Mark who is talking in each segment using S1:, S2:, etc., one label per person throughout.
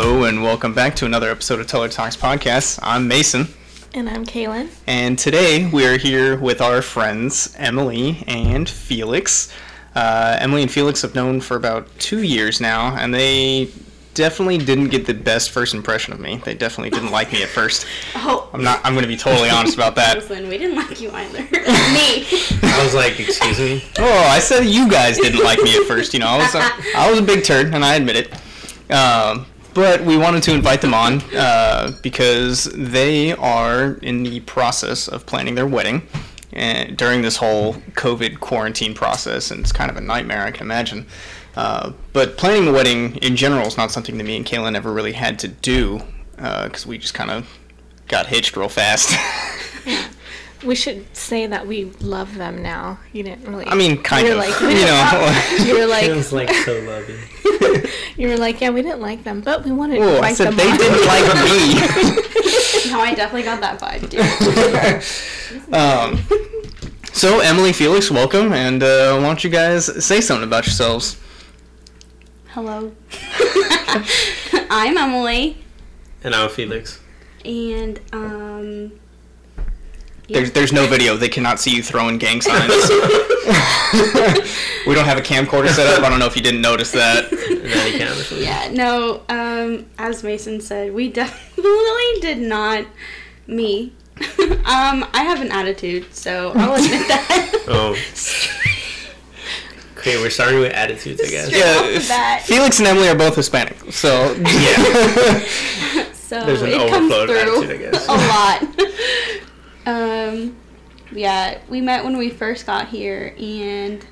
S1: welcome back to another episode of Teller Talks Podcast. I'm Mason,
S2: And I'm Kaylin.
S1: and today we are here with our friends Emily and Felix. Uh, Emily and Felix have known for about two years now, and they definitely didn't get the best first impression of me. They definitely didn't like me at first.
S2: Oh,
S1: I'm not. I'm going to be totally honest about that.
S2: Roslyn, we didn't like you either. Me.
S3: I was like, excuse me.
S1: Oh, I said you guys didn't like me at first. You know, I was a, I was a big turd, and I admit it. Um, but we wanted to invite them on uh, because they are in the process of planning their wedding and during this whole COVID quarantine process, and it's kind of a nightmare, I can imagine. Uh, but planning the wedding in general is not something that me and Kaylin ever really had to do because we just kind of got hitched real fast.
S4: We should say that we love them now. You didn't really.
S1: I mean, kind
S4: you
S1: of,
S4: were Like,
S1: you know.
S4: you were like,
S3: Feels like so loving.
S4: you were like, yeah, we didn't like them, but we wanted to
S1: Whoa, "Oh, I
S4: like
S1: said
S4: them.
S1: they
S4: on."
S1: didn't like me.
S2: No, I definitely got that vibe, dude.
S1: Um, so Emily, Felix, welcome, and uh, why don't you guys say something about yourselves?
S2: Hello. I'm Emily,
S3: And I'm Felix.
S2: and um.
S1: There's there's no video; they cannot see you throwing gang signs. we don't have a camcorder set up. I don't know if you didn't notice that.
S3: And then he can't.
S2: Yeah, no, um, as Mason said, we definitely did not. Me. um, I have an attitude, so I'll admit that.
S3: Oh. Okay, we're starting with attitudes, I guess.
S2: Straight off the bat.
S1: Felix and Emily are both Hispanic, so
S3: Yeah.
S2: So
S3: There's an
S2: it comes
S3: overflow of
S2: through
S3: attitude, I guess.
S2: a lot. um, yeah, we met when we first got here, and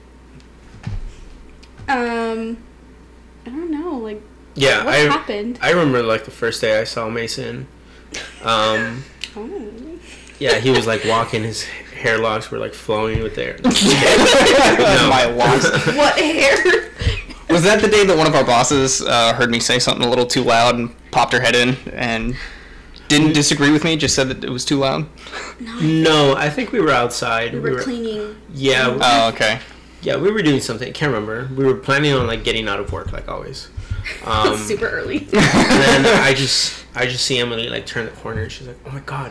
S2: um, I don't know, like
S3: Yeah,
S2: what
S3: I
S2: happened.
S3: I remember like the first day I saw Mason. Um,
S2: Oh.
S3: yeah, he was like walking. His hair locks were like flowing with air.
S1: my locks.
S2: What hair?
S1: Was that the day that one of our bosses uh, heard me say something a little too loud and popped her head in and didn't disagree with me? Just said that it was too loud.
S3: No, I think we were outside.
S2: we were cleaning.
S3: Yeah, w-
S1: Oh, okay.
S3: yeah, we were doing something. Can't remember. We were planning on like getting out of work, like always. Um,
S2: super early.
S3: And then I just I just see Emily like turn the corner and she's like, Oh my god,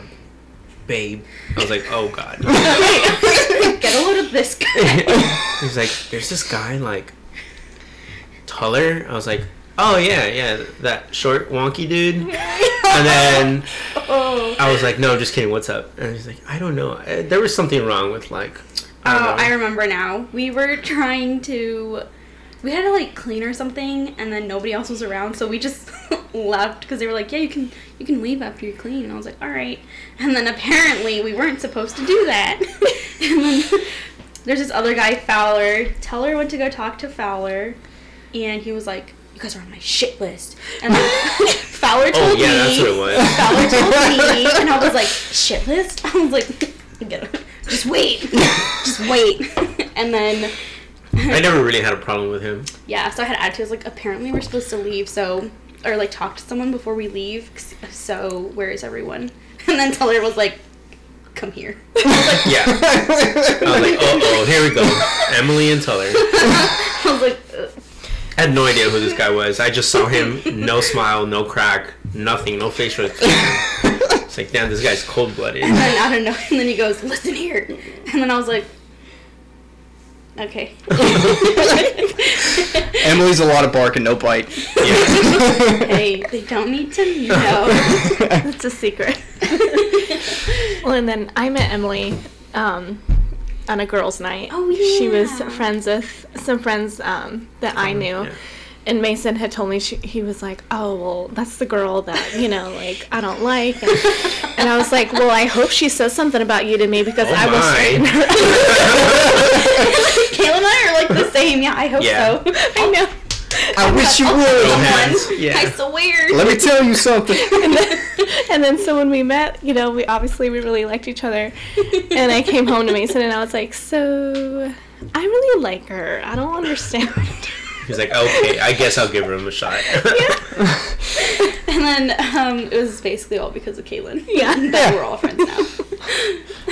S3: babe. I was like, Oh god.
S2: Get a load of this guy.
S3: He's like, There's this guy like taller. I was like, Oh yeah, yeah, that short wonky dude. And then
S2: oh,
S3: I was like, No, just kidding, what's up? And he's like, I don't know. I, there was something wrong with like I don't
S2: Oh,
S3: know.
S2: I remember now. We were trying to. We had to like clean or something, and then nobody else was around, so we just left because they were like, "Yeah, you can you can leave after you clean." And I was like, "All right." And then apparently we weren't supposed to do that. and then there's this other guy, Fowler. Teller went to go talk to Fowler, and he was like, "You guys are on my shit list." And then Fowler
S3: Oh
S2: told
S3: yeah,
S2: me.
S3: that's what it was.
S2: Fowler told me, and I was like, shit list? I was like, get it. just wait, just wait. And then,
S3: I never really had a problem with him.
S2: yeah, so I had attitudes like, apparently we're supposed to leave, so, or like talk to someone before we leave, so where is everyone? And then Teller was like, come here.
S3: Yeah. I was like, Oh oh, here we go. Emily and Teller.
S2: I was like, Ugh.
S3: I had no idea who this guy was. I just saw him, no smile, no crack, nothing, no facial expression. It's like, damn, this guy's cold blooded.
S2: and then I don't know, and then he goes, listen here. And then I was like, okay.
S1: Emily's a lot of bark and no bite.
S2: hey, they don't need to know.
S4: It's a secret. Well, and then I met Emily um, on a girls' night.
S2: Oh,
S4: She was
S2: yeah.
S4: friends with some friends um, that I knew.
S3: yeah.
S4: And Mason had told me she, he was like, "Oh well, that's the girl that you know, like I don't like." And, and I was like, "Well, I hope she says something about you to me because
S3: Oh
S4: I will
S3: my.
S4: straighten her." up."
S2: Kayla and I are like the same. Yeah, I hope
S3: Yeah.
S2: so.
S4: I know.
S1: I wish you
S3: Go
S1: would.
S3: hands.
S2: I
S3: Yeah.
S2: swear.
S1: Let me tell you something.
S4: and then, and then so when we met, you know, we obviously we really liked each other. And I came home to Mason and I was like, so I really like her. I don't understand.
S3: He's like, okay, I guess I'll give him a shot.
S2: And then um, it was basically all because of Kaylin.
S4: Yeah.
S2: But we're all friends now.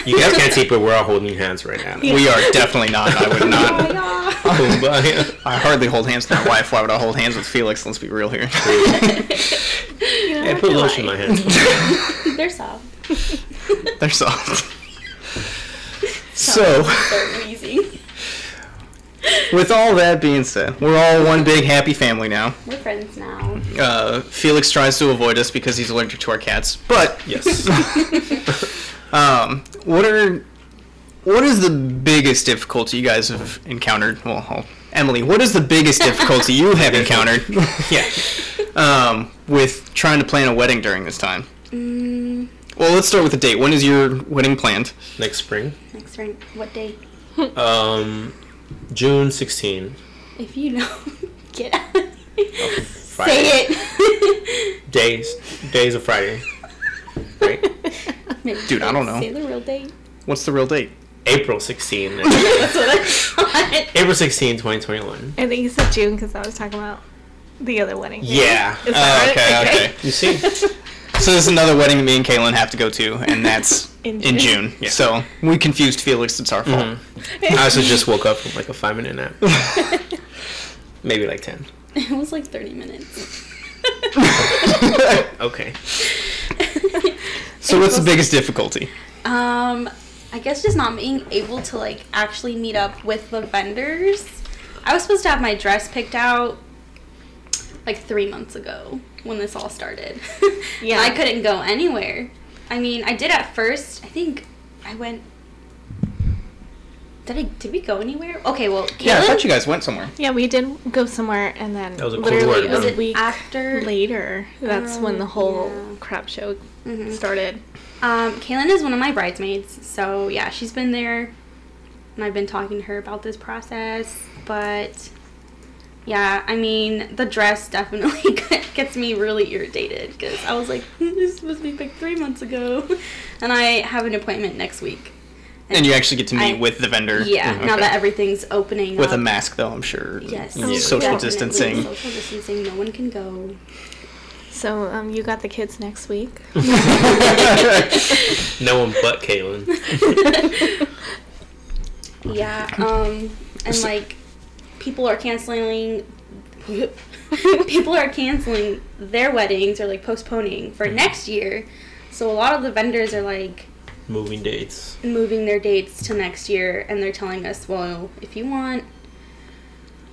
S3: you guys can't see, but we're all holding hands right now.
S1: We are definitely not. I would
S4: Uh,
S1: not.
S2: Oh
S3: Kumbaya.
S1: I hardly hold hands with my wife. Why would I hold hands with Felix? Let's be real here.
S4: You know, How
S3: I put
S4: do
S3: lotion
S4: I?
S3: in my hand.
S2: They're soft.
S1: They're soft. so,
S2: They're easy.
S1: with all that being said, we're all one big happy family now.
S2: We're friends now.
S1: Uh, Felix tries to avoid us because he's allergic to our cats. But
S3: Yes.
S1: um, what are what is the biggest difficulty you guys have encountered? Well, I'll- Emily, what is the biggest difficulty you have encountered? yeah, um, with trying to plan a wedding during this time.
S2: Mm,
S1: Well, let's start with the date. When is your wedding planned?
S3: Next spring.
S2: next rank. What day?
S3: Um, June 16.
S2: If you know, get out. Say
S3: Friday.
S2: it.
S3: Days. Days of Friday. Right?
S2: Maybe
S1: Dude, I don't know.
S2: Say the real date.
S1: What's the real date?
S3: April 16.
S2: That's what I thought.
S3: April 16, 2021.
S4: I think you said June because I was talking about the other wedding.
S3: Yeah.
S4: Is
S1: Oh,
S4: that
S1: okay,
S4: right?
S1: okay.
S3: Ah, You see?
S1: So this is another wedding that me and Kaylin have to go to, and that's in
S4: In
S1: June.
S4: June.
S3: Yeah.
S1: So we confused Felix. It's our fault.
S3: Mm-hmm. I also just woke up from like a five minute nap.
S2: Mm-hmm.
S3: Maybe like 10.
S2: It was like 30 minutes.
S3: Okay.
S1: So what's the biggest difficulty?
S2: Um, I guess just not being able to like actually meet up with the vendors. I was supposed to have my dress picked out like three months ago when this all started.
S4: Yeah.
S2: yeah, I couldn't go anywhere. I mean, I did at first. I think I went. Did I? Did we go anywhere? Okay, well, Caitlin,
S1: Yeah, I thought you guys went somewhere.
S4: Yeah, we did go somewhere, and then
S3: That was a cold
S4: literally
S3: word,
S4: a
S2: was it
S4: week
S2: after? Um,
S4: later, that's when the whole
S2: yeah.
S4: crap show
S2: Mhm.
S4: started.
S2: Um, Kaylin is one of my bridesmaids, so yeah, she's been there, and I've been talking to her about this process. But yeah, I mean, the dress definitely gets me really irritated because I was like, "Hmm, this was supposed to be picked three months ago, and I have an appointment next week.
S1: And you actually get to meet
S2: I-
S1: with the vendor.
S2: Yeah, now
S1: Okay.
S2: that everything's opening
S1: with
S2: up.
S1: a mask though, I'm sure.
S2: Yes.
S1: and
S4: Oh,
S1: social
S2: definitely.
S1: distancing.
S2: Social distancing. No one can go.
S4: So um, you got the kids next week.
S3: No one but Kaylin.
S2: Yeah, um, and like people are canceling. people are canceling their weddings or like postponing for next year. So a lot of the vendors are like
S3: Moving dates.
S2: moving their dates to next year and they're telling us, well, if you want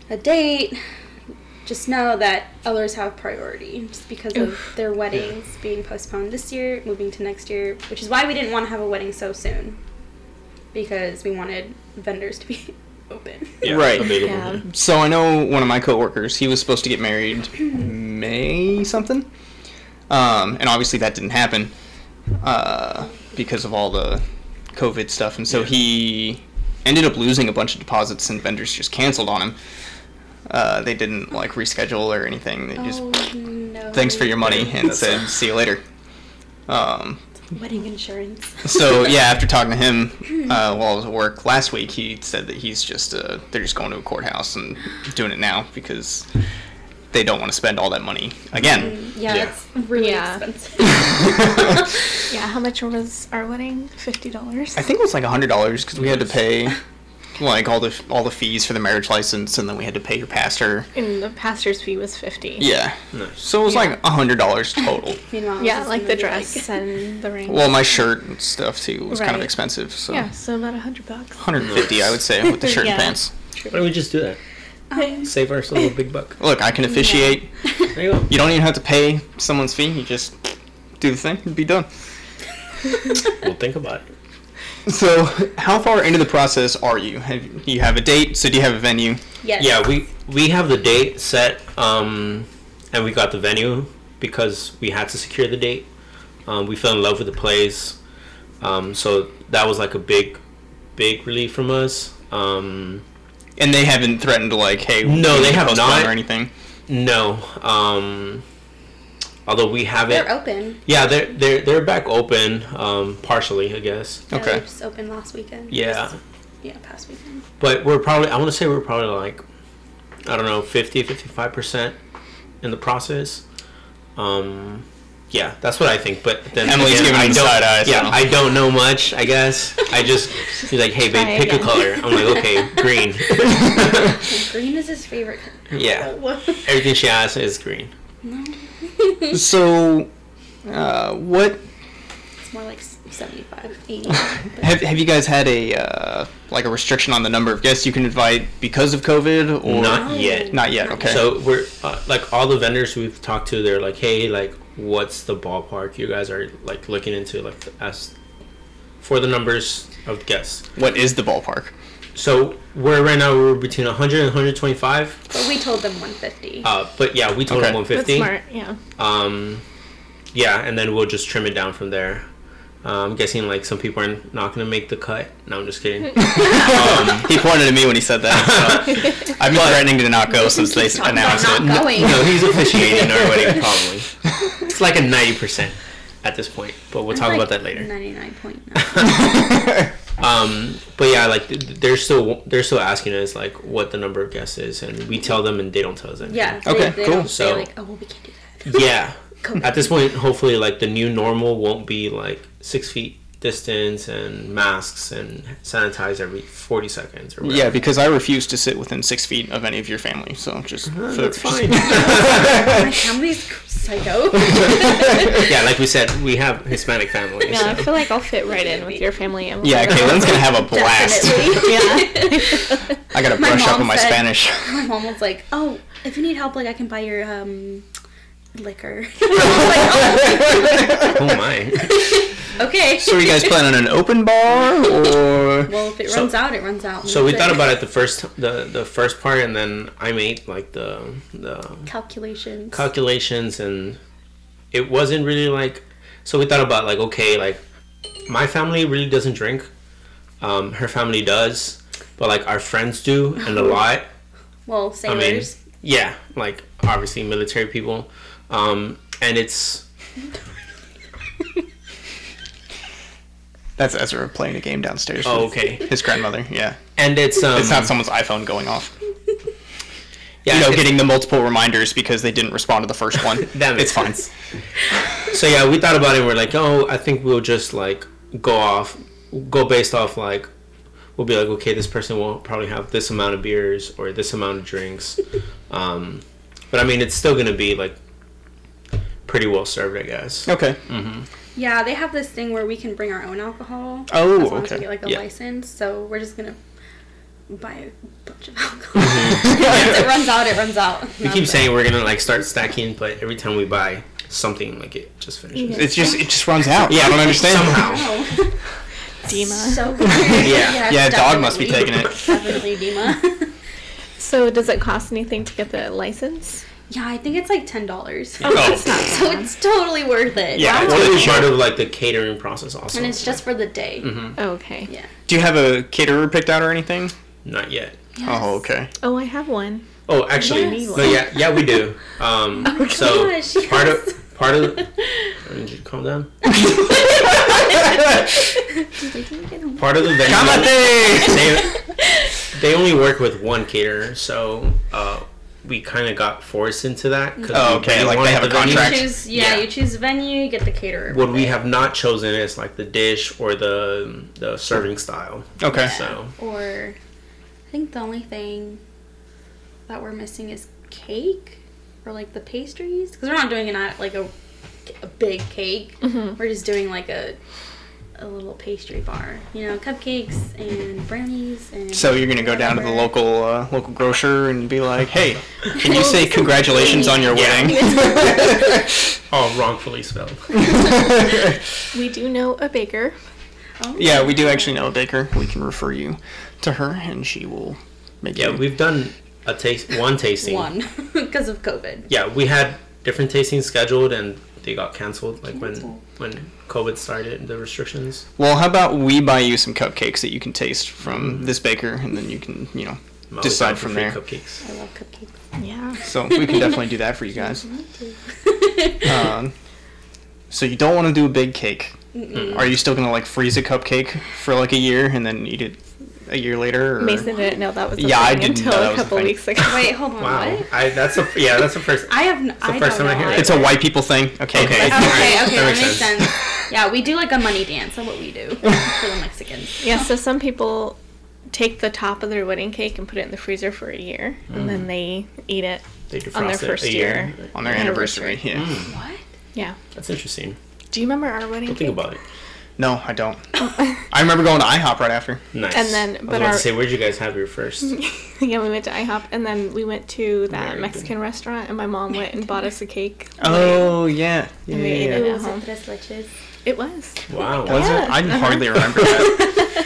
S2: a date, just know that others have priority just because of their weddings being postponed this year, moving to next year, which is why we didn't want to have a wedding so soon because we wanted vendors to be open.
S3: Yeah,
S1: Right.
S3: Available.
S4: Yeah.
S1: So I know one of my coworkers. He was supposed to get married May something, um, and obviously that didn't happen uh, because of all the COVID stuff. And so
S3: Yeah.
S1: he ended up losing a bunch of deposits, and vendors just canceled on him. Uh, they didn't like reschedule or anything. They just
S2: Oh, no.
S1: thanks for your money
S3: Yeah,
S1: and
S3: that's-
S1: said see you later. Um,
S2: wedding insurance.
S1: so yeah, after talking to him uh, while I was at work last week, he said that he's just uh, they're just going to a courthouse and doing it now because they don't want to spend all that money again.
S4: Mm,
S2: Yeah,
S3: Yeah.
S2: it's really
S4: Yeah.
S2: expensive.
S4: Yeah, how much was our wedding? Fifty dollars.
S1: I think it was like hundred dollars because we had to pay like all the all the fees for the marriage license, and then we had to pay your pastor.
S4: And the pastor's fee was fifty.
S1: Yeah,
S3: Nice.
S1: so it was like hundred dollars total.
S2: Meanwhile, I was
S4: Yeah,
S2: just
S4: like
S2: gonna
S4: the
S2: be
S4: dress and the ring.
S1: Well, my shirt and stuff too was kind of
S4: Right.
S1: expensive. So
S4: yeah, so about a hundred bucks.
S1: 150, I would say, with the shirt
S4: Yeah.
S1: and pants.
S3: Why don't we just do that?
S4: Um,
S3: Save ourselves a big buck.
S1: Look, I can officiate.
S3: There you go.
S1: You don't even have to pay someone's fee. You just do the thing and be done.
S3: We'll think about it.
S1: So, how far into the process are you? Have, do you have a date? So, do you have a venue?
S2: Yes.
S3: Yeah, we we have the date set, um, and we got the venue because we had to secure the date. Um, we fell in love with the place, um, so that was like a big, big relief from us. Um,
S1: And they haven't threatened to like, hey,
S3: No,
S1: we
S3: they
S1: need to
S3: have
S1: postpone
S3: not.
S1: or anything.
S3: no, um, although we haven't.
S2: They're open.
S3: yeah, they're they're they're back open, um, partially, I guess.
S2: Yeah,
S1: Okay.
S2: they were just open last weekend.
S3: Yeah,
S2: Yeah, past weekend.
S3: but we're probably I want to say we're probably like I don't know 50 55% in the process um yeah that's what I think but then
S1: Emily's
S3: again,
S1: giving
S3: I
S1: him the
S3: don't-
S1: side eye,
S3: yeah
S1: so-
S3: I don't know much I guess I just she's like hey
S4: Try
S3: babe pick a
S4: again."
S3: color I'm like okay green
S2: Green is his favorite.
S3: yeah everything she asks is green
S2: No.
S1: So, Uh, what
S2: It's more like s- 75, 80.
S1: have, have you guys had a uh, like a restriction on the number of guests you can invite because of COVID or
S3: Not yet.
S1: Not yet, okay.
S3: So we're uh, like all the vendors we've talked to, they're like, hey, like, what's the ballpark you guys are like looking into, like, as for the numbers of guests.
S1: what is the ballpark?
S3: So we're right now we're between 100 and 125.
S2: But we told them 150.
S3: Uh, but yeah, we told
S1: Okay.
S3: them
S4: That's
S3: 150.
S4: smart. Yeah.
S3: Um, yeah, and then we'll just trim it down from there. Uh, I'm guessing like some people are not gonna make the cut. No, I'm just kidding. um,
S1: He pointed at me when he said that. So I've been threatening to not go since they
S2: Talking about
S1: announced
S2: not
S1: it.
S2: going.
S3: no, he's officiating our wedding probably. It's like a 90% at this point, but we'll talk about that later.
S2: 99.9.
S3: Um, but yeah, like th- th- they're still they're still asking us like what the number of guests is, and we tell them, and they don't tell us anything.
S2: Yeah.
S1: Okay,
S2: they, they
S1: cool.
S2: Don't say
S3: So-
S2: like, oh, well, we can't do that.
S3: Yeah. At this point, hopefully, like the new normal won't be like six feet distance and masks and sanitize every forty seconds or
S1: Yeah,
S3: whatever.
S1: because I refuse to sit within six feet of any of your family. So just for,
S3: that's
S1: just-
S3: fine.
S2: My family's psycho.
S3: yeah, like we said, we have Hispanic families.
S4: Yeah, I feel like I'll fit right in with your family. I'm
S1: yeah, Caitlin's gonna have a blast.
S2: Definitely.
S4: Yeah.
S1: I gotta
S2: My
S1: brush up
S2: mom
S1: on my
S2: said-
S1: Spanish.
S2: My mom was like, oh, if you need help, like, I can buy your, um, liquor. I was like,
S3: Oh my.
S2: oh, okay.
S1: So are you guys planning an open bar or?
S2: Well, if it
S3: So-
S2: runs out, it runs out.
S3: So we thought about it the first the the first part, and then I made like the the
S2: Calculations.
S3: calculations and it wasn't really like so we thought about like okay like my family really doesn't drink um, her family does but like our friends do and a lot
S2: well,
S3: i mean
S2: sailors.
S3: yeah like obviously military people um, and it's
S1: That's Ezra playing a game downstairs.
S3: oh,
S1: with
S3: okay
S1: His grandmother. Yeah,
S3: and it's um
S1: it's not someone's iPhone going off.
S3: yeah,
S1: You know,
S3: it-
S1: getting the multiple reminders because they didn't respond to the first one.
S3: That
S1: it's
S3: makes
S1: fine.
S3: sense. so yeah, we thought about it. We're like, oh, I think we'll just like go off, go based off like, we'll be like, okay, this person will probably have this amount of beers or this amount of drinks, um, but I mean, it's still gonna be like pretty well served, I guess. Mm-hmm.
S1: Okay.
S2: Yeah, they have this thing where we can bring our own alcohol.
S1: Oh,
S2: as long As
S1: okay.
S2: we get like a
S3: Yeah.
S2: license, so we're just gonna buy a bunch of alcohol. Once
S3: Mm.
S2: it runs out, it runs out.
S3: Mm-hmm. We keep saying we're gonna like start stacking, but every time we buy something, like it just finishes.
S1: It's just it just runs out. Yeah, I don't understand.
S3: Somehow.
S2: Oh.
S4: Dima.
S2: so
S3: Yeah.
S1: Yeah, dog must be taking it.
S2: Definitely Dima.
S4: So does it cost anything to get the license?
S2: yeah, I think it's like ten dollars.
S1: Oh.
S2: So it's totally worth it.
S1: Yeah.
S3: Well, it's part of like the catering process also.
S2: And it's just for the day.
S4: Oh, Okay.
S2: Yeah.
S1: Do you have a caterer picked out or anything?
S3: not yet.
S1: Oh, okay.
S4: Oh, I have one.
S3: Oh, actually,
S2: Yes. Oh
S3: no, yeah, yeah, we do. Um, so
S2: gosh,
S3: part
S2: yes.
S3: of part of. I need you to calm down. Part of the venue,
S1: Kamate!
S3: they, they only work with one caterer, so uh, we kind of got forced into that. 'cause
S1: Oh,
S3: we
S1: okay,
S3: really
S1: like they
S3: wanted
S1: have a
S3: the venue.
S1: contract.
S2: You choose, yeah,
S3: Yeah.
S2: you choose venue, you get the caterer.
S3: What we have not chosen is like the dish or the the serving style.
S1: Okay.
S3: So
S2: Or, I think the only thing that we're missing is cake or like the pastries because we're not doing it at like a, a big cake. We're just doing like a a little pastry bar, you know, cupcakes and brownies and.
S1: So you're gonna go down to the
S2: whatever.
S1: local uh, local grocer and be like, "Hey, can you say congratulations on your
S3: Yeah.
S1: wedding?"
S3: all wrongfully spelled.
S4: We do know a baker.
S2: Oh.
S1: Yeah, we do actually know a baker. We can refer you to her, and she will make
S3: Yeah,
S1: you.
S3: we've done a taste one tasting.
S2: One because of COVID.
S3: yeah, we had different tastings scheduled and they got canceled like when when COVID started the restrictions.
S1: well, how about we buy you some cupcakes that you can taste from this baker, and then you can, you know,
S3: I'm always down
S1: decide
S3: for
S1: from
S3: free
S1: there.
S3: Cupcakes.
S2: I love cupcakes.
S4: Yeah.
S1: So we can definitely do that for you guys. Um, so you don't want to do a big cake. Are you still gonna like freeze a cupcake for like a year and then eat it a year later? Or?
S4: Mason didn't know that was a
S1: Yeah, I
S4: thing
S1: didn't
S4: until
S1: know that
S4: a
S1: was a
S4: couple
S1: thing.
S4: weeks ago.
S2: Wait, hold on.
S3: Wow,
S2: What?
S3: I that's the yeah that's the first.
S2: I have. n- I
S3: first
S2: don't
S3: time I
S2: know.
S3: hear it.
S1: It's a white people thing. Okay. I-
S3: Okay.
S2: Oh, okay,
S3: Alright,
S2: okay,
S3: that
S2: that,
S3: makes
S2: makes
S3: sense.
S2: sense. Yeah, we do like a money dance. That's what we do for the Mexicans.
S4: Yeah, so some people take the top of their wedding cake and put it in the freezer for a year,
S1: Mm.
S4: and then they eat it
S3: They
S4: on their
S3: defrost it
S4: first
S3: a
S4: year.
S1: on their anniversary. Yeah.
S2: What?
S4: Yeah.
S3: That's interesting.
S4: Do you remember our wedding?
S3: Don't think about it.
S1: No, I don't. I remember going to IHOP right after.
S3: Nice.
S4: And then-
S3: I was
S4: but
S3: about
S4: our-
S3: to say, where'd you guys have your first?
S4: yeah, we went to IHOP and then we went to that
S3: Very good.
S4: Mexican restaurant and my mom went and bought us a cake.
S1: Oh yeah, yeah.
S4: we ate
S1: yeah,
S4: it.
S1: yeah.
S2: It was
S4: Uh-huh.
S2: a tres leches.
S4: It was.
S3: Wow.
S1: Was
S4: Yeah.
S1: it? I
S4: Uh-huh.
S1: hardly remember that.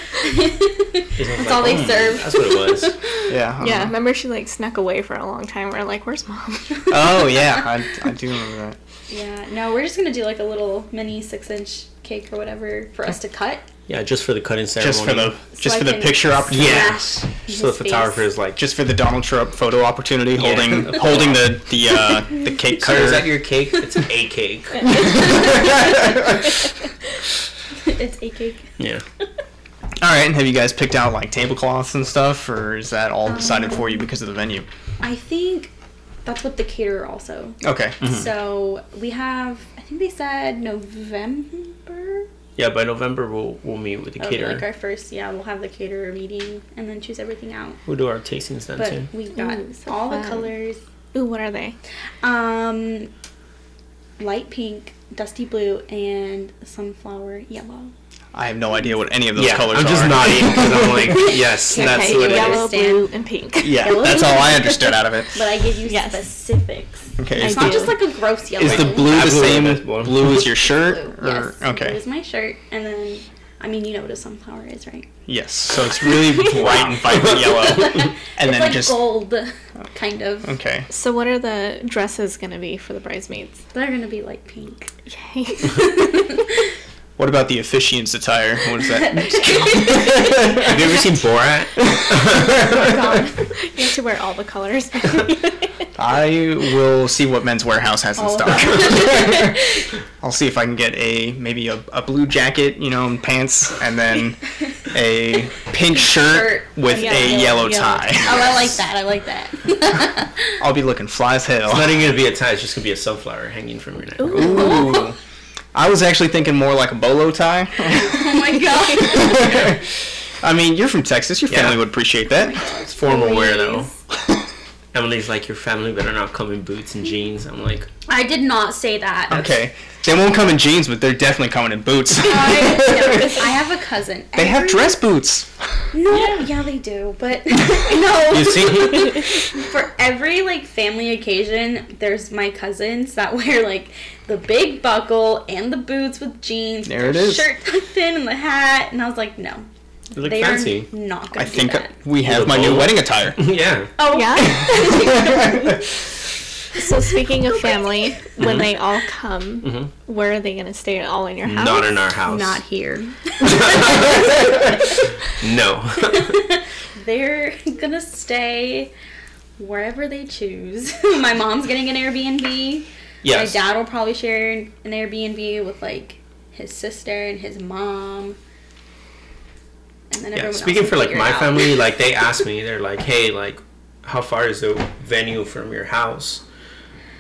S3: That's
S2: all they serve.
S3: hmm, That's what it was.
S1: Yeah. I
S4: Yeah,
S1: don't know.
S4: remember she like snuck away for a long time. We're like, where's mom?
S1: Oh yeah, I, I do remember that.
S2: Yeah, no, we're just gonna do like a little mini six inch cake or whatever for us to cut.
S3: Yeah, just for the cutting ceremony.
S1: Just for the
S2: so
S1: just
S2: I
S1: for the
S2: can
S1: picture opportunity.
S3: Yeah.
S2: smash his
S3: So the
S2: face.
S3: photographer is like,
S1: Just for the Donald Trump photo opportunity, holding
S3: Yeah.
S1: holding the the uh, the cake
S3: "Sir,
S1: cutter.
S3: is that your cake? It's a cake.
S2: it's a cake.
S3: yeah.
S1: all right, and have you guys picked out like tablecloths and stuff, or is that all decided
S3: Um,
S1: for you because of the venue?
S2: I think that's what the caterer also.
S1: Okay.
S2: So we have, I think they said November.
S3: Yeah, by November we'll we'll meet with the
S2: That would be,
S3: caterer.
S2: Like our first, yeah, we'll have the caterer meeting and then choose everything out.
S3: We'll do our tastings then
S2: But
S3: too.
S2: we got
S4: Ooh, so
S2: all
S4: fun.
S2: the colors.
S4: Ooh, what are they?
S2: Um, light pink, dusty blue, and sunflower yellow.
S1: I have no idea what any of those colors
S3: I'm just
S1: are.
S3: nodding because I'm like, yes,
S2: Okay,
S3: that's
S4: Okay,
S3: what it
S2: yeah.
S3: is.
S4: yellow,
S2: Understand.
S4: blue, and pink.
S1: Yeah,
S2: Yellow.
S1: that's all I understood out of it.
S2: But I give you
S4: Yes.
S2: specifics.
S1: Okay.
S4: I
S1: Is
S2: It's
S1: the,
S4: do.
S2: not just like a gross yellow.
S1: is the blue the
S3: Absolutely,
S1: same
S3: that's one.
S1: blue as your shirt?
S2: Blue,
S1: Or,
S2: yes. Blue
S1: okay.
S2: is my shirt, and then I mean you know what a sunflower is, right?
S1: Yes. So it's really bright and vibrant yellow, and
S2: it's
S1: then
S2: like
S1: just Oh.
S2: gold, kind of.
S1: okay.
S4: So what are the dresses gonna be for the bridesmaids?
S2: They're gonna be light pink.
S4: Yay.
S1: What about the officiant's attire? What is that?
S3: Have you ever seen Borat?
S2: Oh
S4: you have to wear all the colors.
S1: I will see what Men's Warehouse has in
S2: Oh.
S1: stock. I'll see if I can get a maybe a, a blue jacket, you know, and pants, and then a pink shirt
S2: Shirt.
S1: with
S4: Yeah,
S1: a
S4: yeah,
S1: yellow
S4: yeah.
S1: tie.
S2: Oh, I like that. I like that.
S1: I'll be looking fly as hell.
S3: It's not even gonna be a tie. It's just gonna be a sunflower hanging from your neck.
S1: Ooh. I was actually thinking more like a bolo tie.
S2: oh my god.
S1: I mean, you're from Texas. Your
S3: Yeah.
S1: family would appreciate that.
S3: It's formal wear though.
S2: Please.
S3: Emily's like, your family better not come in boots and jeans. I'm like,
S2: I did not say that.
S1: Okay. They won't come in jeans, but they're definitely coming in boots.
S2: I, no, I have a cousin.
S1: They have
S2: Every-
S1: dress boots.
S2: No, yeah. they do, but no.
S1: You see?
S2: For every like family occasion, there's my cousins that wear like the big buckle and the boots with jeans,
S1: There it
S2: the
S1: is.
S2: shirt tucked in, and the hat. And I was like, no,
S3: you look
S2: they
S3: fancy.
S2: are not
S1: I
S2: gonna do
S1: think
S2: that.
S1: we have
S3: With a
S1: my new
S3: bolo?
S1: wedding attire.
S3: yeah.
S2: Oh
S4: yeah. So speaking of family,
S3: Mm-hmm.
S4: when they all come, where are they gonna stay? All in your house?
S3: Not in our house.
S2: not here.
S3: no.
S2: They're gonna stay wherever they choose. my mom's getting an Airbnb.
S3: yes.
S2: My dad will probably share an Airbnb with like his sister and his mom. And then
S3: Yeah,
S2: everyone
S3: speaking
S2: else
S3: for
S2: will
S3: like
S2: figure
S3: my
S2: out.
S3: family, like they asked me, they're like, "Hey, like, how far is the venue from your house?"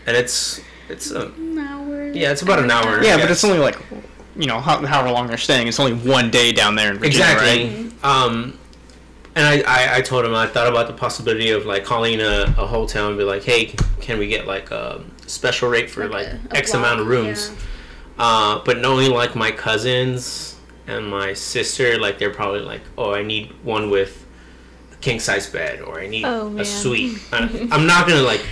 S3: And it's it's um, a
S2: An hour.
S3: yeah, it's about an hour.
S1: Yeah,
S3: I
S1: but
S3: guess.
S1: it's only like, you know, how, however long they're staying. It's only one day down there in Virginia,
S3: exactly.
S1: right?
S3: Um, and I, I I told him I thought about the possibility of like calling a, a hotel and be like, "Hey, can we get like a special rate for like,
S2: a- a
S3: X amount of
S2: block,
S3: rooms?" Uh, but knowing like my cousins and my sister, like they're probably like, oh, I need one with a king size bed, or I need
S4: Oh, man.
S3: a suite. I, I'm not gonna like,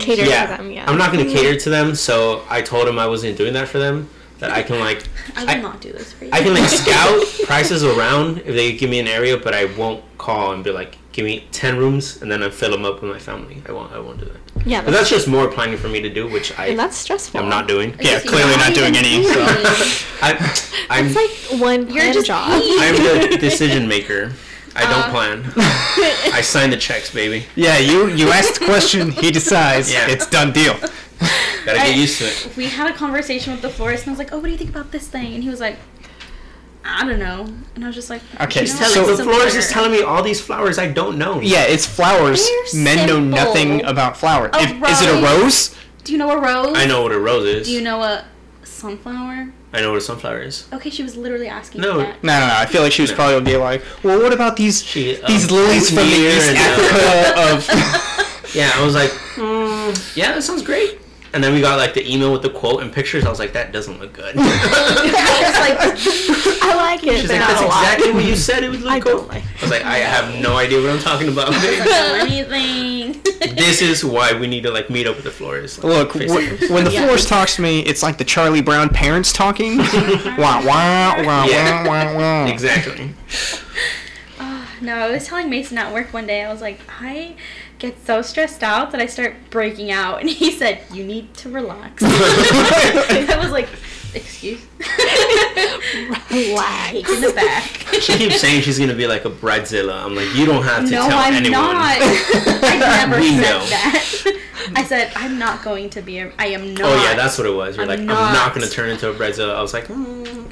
S4: Cater
S3: yeah,
S4: to them. Yeah.
S3: I'm not gonna cater to them. So I told them I wasn't doing that for them. That I can like,
S2: I will
S3: I,
S2: not do this for you.
S3: I can like scout prices around if they give me an area, but I won't call and be like, give me ten rooms, and then I fill them up with my family. I won't, I won't do that.
S4: yeah.
S3: But that's just more planning for me to do, which I
S4: and that's stressful.
S3: am not doing.
S1: Yeah,
S2: Because
S1: clearly
S2: you're
S1: not doing
S2: even
S1: any,
S2: doing
S3: I, I'm
S4: It's like one
S2: You're
S4: plan
S2: just
S4: job.
S3: I'm the decision maker. I don't
S2: Uh.
S3: plan. I sign the checks, baby.
S1: Yeah, you you ask the question, he decides.
S3: Yeah.
S1: It's done deal.
S3: Gotta
S2: I-
S3: get used to it.
S2: We had a conversation with the florist, and I was like, "Oh, what do you think about this thing?" And he was like, "I don't know." And I was just like,
S1: Okay,
S2: "You
S1: he's
S2: know what?
S1: telling- So-
S3: the florist is telling me all these flowers I don't know.
S1: Yeah, it's flowers.
S2: They're
S1: Men know
S2: simple.
S1: nothing about flowers.
S2: A
S1: If- is it a rose?
S2: Do you know a rose?
S3: I know what a rose is.
S2: Do you know a sunflower?
S3: I know what a sunflower is.
S2: Okay, she was literally asking
S3: No.
S2: me that.
S1: No, no, no. I feel like she was
S3: No.
S1: probably gonna be like, well, what about these
S3: She, um,
S1: these lilies from the
S3: near
S1: East
S3: and, uh,
S1: Africa of?
S3: Yeah, I was like, mm, yeah, that sounds great. And then we got like the email with the quote and pictures. I was like, that doesn't look good.
S4: It's like, I like it.
S3: She's
S4: but
S3: like,
S4: not
S3: that's
S4: a lot."
S3: exactly what you said it would
S4: I
S3: look
S4: don't
S3: cool. I
S4: like.
S3: was like, I have no idea what I'm talking about. babe."
S2: know anything.
S3: this is why we need to like meet up with the florist. like,
S1: Look,
S3: face
S1: w-
S3: to face.
S1: when the
S4: Yeah.
S1: florist talks to me, it's like the Charlie Brown parents talking. wah, wah, wah,
S3: Yeah.
S1: wah, wah, wah.
S3: exactly.
S2: No, I was telling Mason at work one day, I was like, I get so stressed out that I start breaking out. And he said, You need to relax. I was like, Excuse?
S4: Relax.
S2: Taking it back.
S3: She keeps saying she's gonna be like a bridezilla. I'm like, you don't have to
S2: No,
S3: tell
S2: I'm
S3: anyone.
S2: not. I never
S3: We
S2: said
S3: know.
S2: that. I said, I'm not going to be, a, I am not.
S3: Oh yeah, that's what it was. You're
S2: I'm
S3: like,
S2: not.
S3: I'm not gonna turn into a bridezilla. I was like, mm.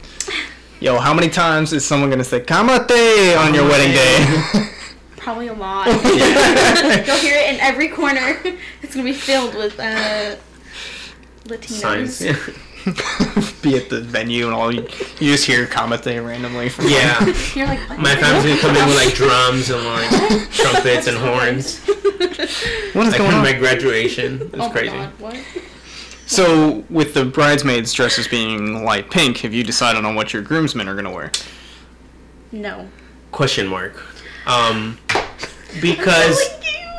S1: Yo, how many times is someone gonna say "kamate" on your wedding day?
S2: Probably a lot.
S3: Yeah.
S2: You'll hear it in every corner. It's going to be filled with uh, Latinos.
S3: signs. Yeah.
S1: Be at the venue and all you, you just hear "kamate" randomly. From
S3: yeah.
S2: You're like, what?
S3: My family's gonna come in with like drums and like trumpets and horns.
S1: what is
S3: Like
S1: going on?
S3: my graduation. It was
S2: oh
S3: crazy.
S2: my god, what?
S1: So, with the bridesmaids' dresses being light pink, have you decided on what your groomsmen are gonna wear?
S2: No.
S3: Question mark. Um because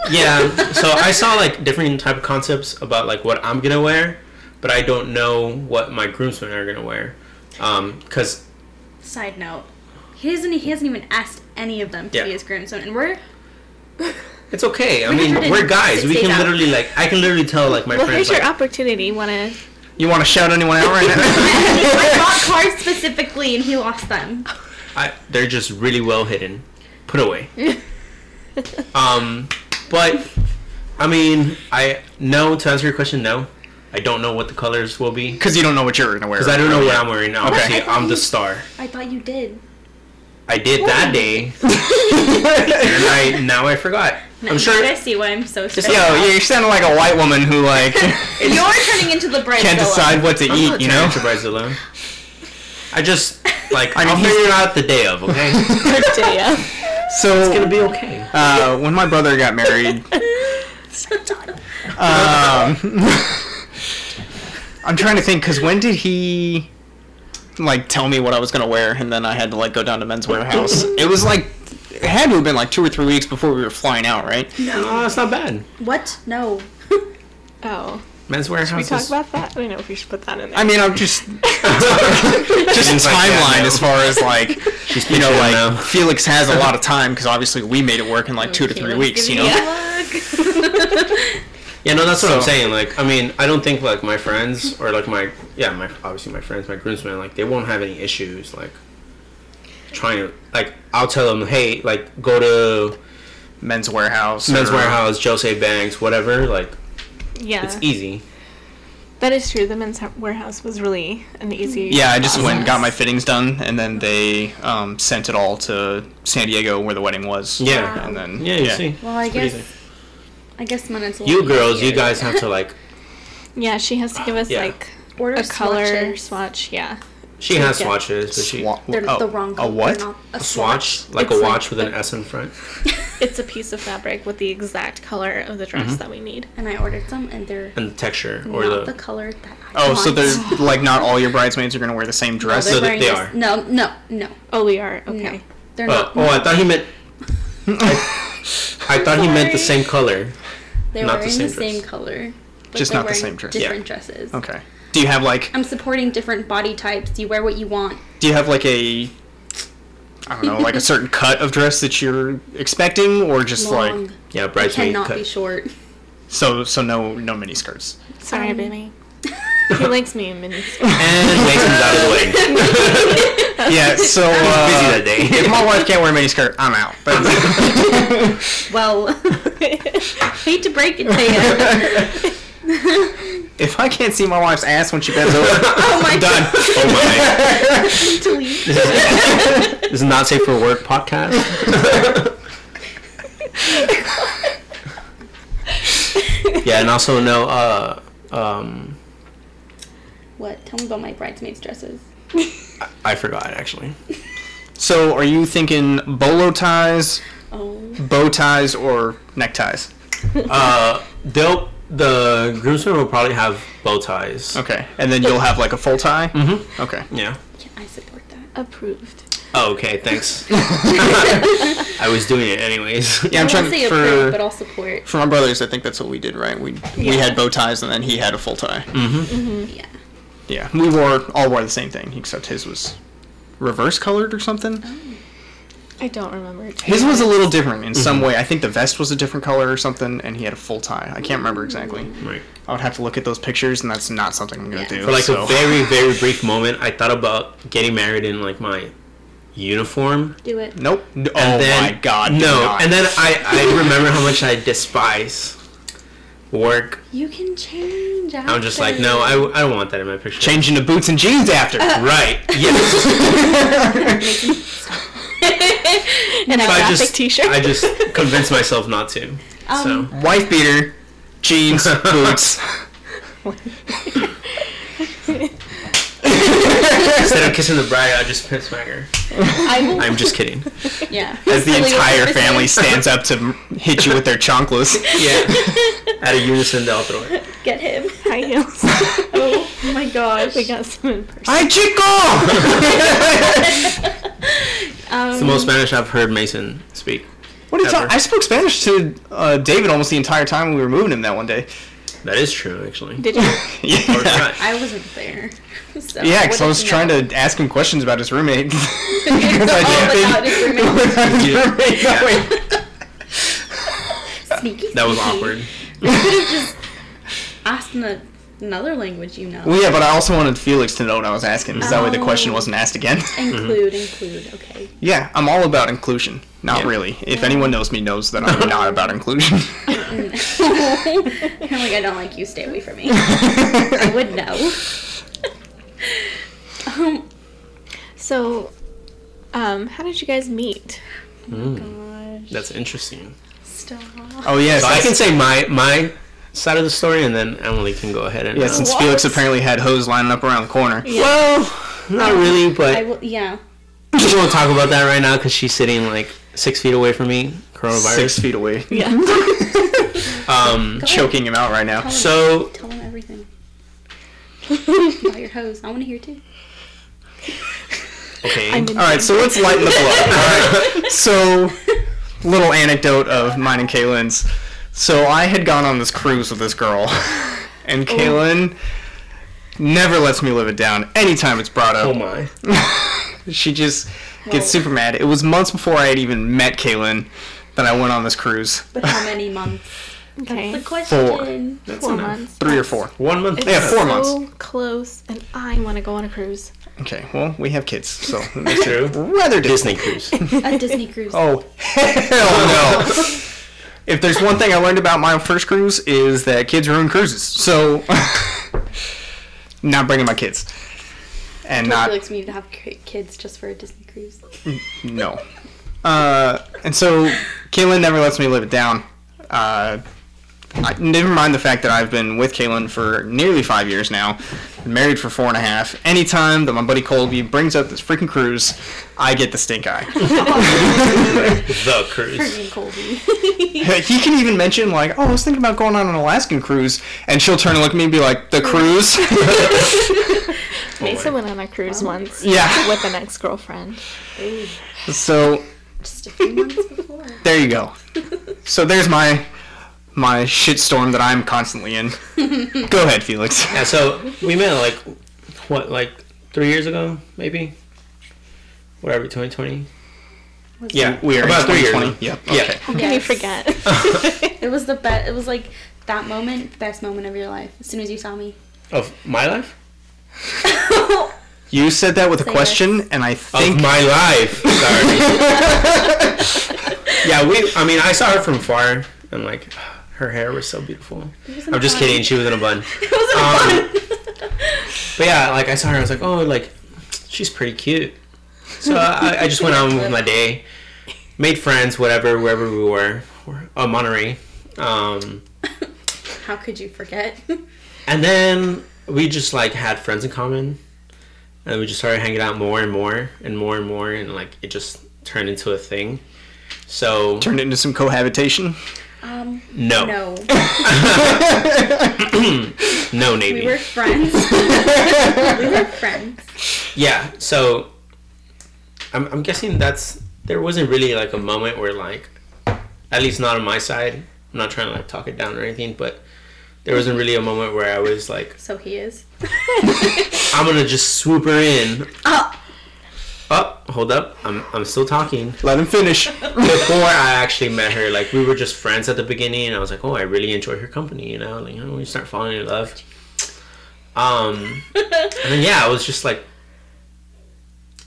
S3: yeah, so I saw like different type of concepts about like what I'm gonna wear, but I don't know what my groomsmen are gonna wear. Um, cause
S2: Side note. He hasn't, he hasn't even asked any of them to
S3: Yeah.
S2: be his groomsmen. And we're.
S3: it's okay. I
S2: We
S3: mean,
S2: can do it
S3: we're
S2: in
S3: guys.
S2: six
S3: We
S2: days
S3: can
S2: out.
S3: literally like I can literally tell like my
S4: Well,
S3: friends
S4: here's your
S3: like,
S4: opportunity. Want to?
S1: You want to shout anyone out right now?
S2: I bought cards specifically and he lost them.
S3: I, they're just really well hidden, put away. um, but I mean, I no to answer your question, no. I don't know what the colors will be
S1: Because you don't know what you're gonna wear.
S3: because I don't know what I'm wearing now.
S1: Okay.
S3: Obviously, I'm the star.
S2: I thought you did.
S3: I did that day, and I now I forgot. I'm
S2: You
S3: sure.
S2: guys see why I'm so stressed out.
S1: Yo, you're sounding like a white woman who like
S2: You're turning into the bride.
S1: can't decide what to
S3: I'm
S1: eat.
S3: not
S1: You
S3: turning
S1: know.
S3: into Brazilian. I just like
S1: I
S3: I
S1: mean,
S3: will
S1: he's-
S3: figure it out the day of. Okay, it's
S4: Yeah.
S1: So,
S3: gonna be okay.
S1: uh, when my brother got married, um, I'm trying to think. Cause when did he like tell me what I was gonna wear, and then I had to like go down to Men's Warehouse. It was like it had to have been like two or three weeks before we were flying out, right?
S3: No, it's not bad.
S2: What? No.
S4: Oh,
S3: Men's
S4: we
S3: warehouse.
S4: talk
S3: is-
S4: about that. I don't know if we should put that in there.
S1: I mean, I'm just just
S3: Things like
S1: timeline
S3: that, no.
S1: as far as like you know
S3: speaking
S1: like
S3: now.
S1: Felix has a lot of time because obviously we made it work in like two to three weeks. You know.
S3: Yeah, no, that's what I'm
S1: So-
S3: saying. Like, I mean, I don't think like my friends or like my yeah, my obviously my friends, my groomsmen, like they won't have any issues like trying to like I'll tell them, hey, like go to
S1: Men's Warehouse.
S3: Men's
S1: or-
S3: Warehouse, Jose Banks, whatever. Like,
S2: Uh.
S4: yeah,
S3: it's easy.
S4: that is true. The men's warehouse was really an easy.
S1: Yeah, I just went and got my
S4: process.
S1: fittings done, and then they um, sent it all to San Diego where the wedding was.
S3: Yeah.
S1: And then
S3: Yeah, you see.
S2: Well, I
S3: It's pretty
S2: guess.
S3: easy.
S2: I guess mine is a
S3: You
S2: little
S3: girls, you
S2: easier.
S3: guys have to like.
S4: Yeah, she has to give us
S3: Yeah.
S4: like
S2: Order
S4: a color
S2: swatches.
S4: swatch. Yeah.
S3: She has
S2: Yeah.
S3: swatches, but she
S1: Swa-
S2: They're
S1: oh,
S2: the wrong
S1: A
S2: color.
S1: what?
S2: they're not-
S3: a swatch like
S4: It's
S3: a
S4: like-
S3: watch with an S in front.
S4: It's a piece of fabric with the exact color of the
S1: Mm-hmm.
S4: dress that we need.
S2: And I ordered some, and they're
S3: And the texture or
S2: not
S3: the,
S2: the color that I
S1: Oh, so
S2: want.
S1: there's like not all your bridesmaids are gonna wear the same dress.
S3: they're- so that
S2: wearing
S3: they
S2: this-
S3: are.
S2: No, no, no,
S4: Oh, we are okay.
S2: no. They're
S3: oh,
S2: not.
S3: oh, I thought he meant. I, I thought he meant the
S2: Sorry.
S3: same color.
S2: They're
S3: not the
S2: wearing
S3: same
S2: the
S3: dress.
S2: same color. but
S1: Just
S2: they're
S1: not the
S2: wearing
S1: same dress.
S2: Different dresses.
S1: Okay. Do you have like
S2: I'm supporting different body types. You wear what you want.
S1: Do you have like a I don't know, like a certain cut of dress that you're expecting, or just
S2: Long.
S1: like
S3: Yeah,
S2: It
S3: bridesmaid
S2: cannot
S3: cut.
S2: be short.
S1: so so no no mini skirts.
S4: Sorry, baby. he likes me in mini.
S3: and Mason's out of the way. Busy
S1: Yeah, so uh,
S3: that day.
S1: if my wife can't wear a mini skirt, I'm out. But
S2: Well, hate to break it to you.
S1: if I can't see my wife's ass when she bends over,
S2: Oh my
S1: done.
S3: oh my!
S2: god.
S3: This is not safe for work podcast. yeah, and also no. Uh, um,
S2: What? Tell me about my bridesmaids' dresses.
S3: I forgot actually.
S1: So are you thinking bolo ties,
S2: Oh.
S1: bow ties, or neckties?
S3: Uh, they'll the groomsmen will probably have bow ties.
S1: Okay. And then you'll have like a full tie?
S3: Mm-hmm.
S1: Okay.
S3: Yeah.
S2: Yeah, I support that.
S4: Approved.
S3: Oh, okay. Thanks. I was doing it anyways.
S1: Yeah, I'm
S2: I won't
S1: trying
S2: say
S1: to.
S2: approve, but
S1: For,
S2: I'll support.
S1: for my brothers, I think that's what we did, right? We, we had bow ties and then he had a full tie.
S3: Mm.
S2: Yeah.
S1: Yeah, we wore all wore the same thing except his was reverse colored or something.
S2: Oh.
S4: I don't remember. to be
S1: His was a
S4: honest.
S1: little different in some way. I think the vest was a different color or something, and he had a full tie. I can't remember exactly.
S3: Right.
S1: I would have to look at those pictures, and that's not something I'm gonna
S2: Yeah.
S1: do.
S3: For like
S1: so.
S3: a very very brief moment, I thought about getting married in like my uniform.
S2: Do it.
S1: nope. N-
S3: And
S1: oh
S3: then-
S1: my god. do
S3: No.
S1: not.
S3: And then I I remember how much I despise work.
S2: You can change.
S3: I'm just like no, I, I don't want that in my picture.
S1: change into boots and jeans after.
S2: Uh.
S3: Right. Yes.
S4: And a
S3: So I
S4: graphic
S3: just
S4: T-shirt.
S3: I just convinced myself not to. so.
S2: Um,
S1: Wife beater, jeans, boots.
S3: Instead of kissing the bride, I just pimp smack her.
S2: I will.
S3: I'm just kidding.
S2: yeah.
S1: As the
S2: Silly
S1: entire
S2: purposes.
S1: family stands up to m- hit you with their chanclas.
S3: Yeah. At a unison, they'll throw it.
S2: Get him.
S4: High heels. oh my gosh. We got some in person.
S1: Hi, chico.
S2: Um,
S3: It's the most Spanish I've heard Mason speak.
S1: What are you
S3: Ever.
S1: talking? I spoke Spanish to uh, David almost the entire time we were moving him that one day.
S3: That is true, actually.
S4: Did you?
S3: Or Oh, it's
S1: yeah,
S3: not.
S2: I wasn't there. So
S1: yeah, because I
S2: wouldn't
S1: was trying
S2: know. Oh,
S1: to ask him questions about his roommate. Because
S2: without his roommate.
S1: without his
S3: Yeah.
S1: roommate
S3: Yeah.
S1: knowing.
S2: Sneaky.
S3: That was
S2: sneaky.
S3: awkward.
S2: You could have just asked in a, another language, you know.
S1: Well, yeah, but I also wanted Felix to know what I was asking, because that way the question
S2: Oh.
S1: wasn't asked again.
S2: include,
S1: Mm-hmm.
S2: include. Okay.
S1: yeah, I'm all about inclusion. Not
S3: Yeah.
S1: really. If anyone knows me, knows that I'm not about inclusion.
S2: kind of like I don't like you. Stay away from me. I would know. um,
S4: So, um, how did you guys meet?
S2: gosh,
S3: That's interesting.
S2: stop.
S1: oh yes,
S3: So I
S1: that's-
S3: can say my my side of the story, and then Emily can go ahead and. uh,
S1: yeah. Since
S4: What?
S1: Felix apparently had hoes lining up around the corner.
S3: Well, not really,
S2: I
S3: but
S2: will. Yeah.
S3: we won't talk about that right now because she's sitting like six feet away from me. Coronavirus.
S1: Six feet away,
S4: Yeah.
S3: Um.
S2: Go ahead.
S1: choking him out right now.
S2: Tell him-
S3: So
S2: tell him everything. About your hose. I want to hear too.
S3: okay.
S4: I'm in
S1: All right, so let's lighten the blow. All right, so little anecdote of mine and Kaylin's. So I had gone on this cruise with this girl, and
S2: Oh.
S1: Kaylin never lets me live it down anytime it's brought
S3: oh
S1: up.
S3: my.
S1: she just gets super mad. It was months before I had even met Kaylin that I went on this cruise.
S2: But how many months? The
S4: okay.
S2: question.
S4: Four months.
S1: Three or four.
S3: One month.
S1: Yeah, four
S4: so
S1: months.
S4: close, and I want to go on a cruise.
S1: Okay, well, we have kids, so it makes it
S3: True.
S1: rather difficult.
S3: Disney cruise.
S2: A Disney cruise.
S1: Oh hell no! if there's one thing I learned about my first cruise is that kids ruin cruises. So, not bringing my kids, and
S2: Not,
S1: not
S2: Felix needed to have ki- kids just for a Disney cruise.
S1: no. Uh, and so, Kaylin never lets me live it down. Uh, I, never mind the fact that I've been with Kaylin for nearly five years now, married for four and a half. Anytime that my buddy Colby brings up this freaking cruise, I get the stink eye.
S3: the cruise.
S2: Freaking Colby.
S1: he can even mention like, "Oh, I was thinking about going on an Alaskan cruise," and she'll turn and look at me and be like, "The cruise?"
S4: Mason went on a cruise once
S1: yeah.
S4: with an ex-girlfriend.
S1: So
S2: just a few months before.
S1: there you go. So there's my my shitstorm that I'm constantly in. go ahead, Felix.
S3: Yeah, so we met like what, like three years ago, maybe? Whatever, twenty twenty?
S2: Was
S3: Yeah,
S1: We are
S3: about
S1: in
S3: three years.
S1: 2020.
S3: ago.
S1: Yep.
S3: Yeah.
S1: Okay.
S4: How can you
S2: Yes.
S4: forget?
S2: It was the best. It was like that moment, best moment of your life. As soon as you saw me.
S3: Of my life?
S1: You said that with a
S2: Say
S1: question, and I think
S3: of my life. Sorry. yeah, we. I mean, I saw her from far, and like, her hair was so beautiful. I'm just kidding. She was in a bun. Um, but yeah, like I saw her, I was like, oh, like, she's pretty cute. So I, I just went on with my day, made friends, whatever, wherever we were, uh, Monterey. Um,
S2: How could you forget?
S3: And then we just like had friends in common, and we just started hanging out more and more and more and more, and like it just turned into a thing. So
S1: turned into some cohabitation.
S2: Um,
S3: No.
S2: no.
S3: no,
S2: We
S3: Navy.
S2: were friends. we were friends.
S3: Yeah, so I'm, I'm guessing that's there wasn't really like a moment where like at least not on my side. I'm not trying to like talk it down or anything, but there wasn't really a moment where I was like,
S2: So he is.
S3: I'm gonna just swoop her in.
S2: oh,
S3: Oh, hold up, I'm I'm still talking.
S1: Let him finish.
S3: Before I actually met her, like we were just friends at the beginning, and I was like, oh, I really enjoy her company, you know, like you know, when you start falling in love. Um, and then yeah, I was just like,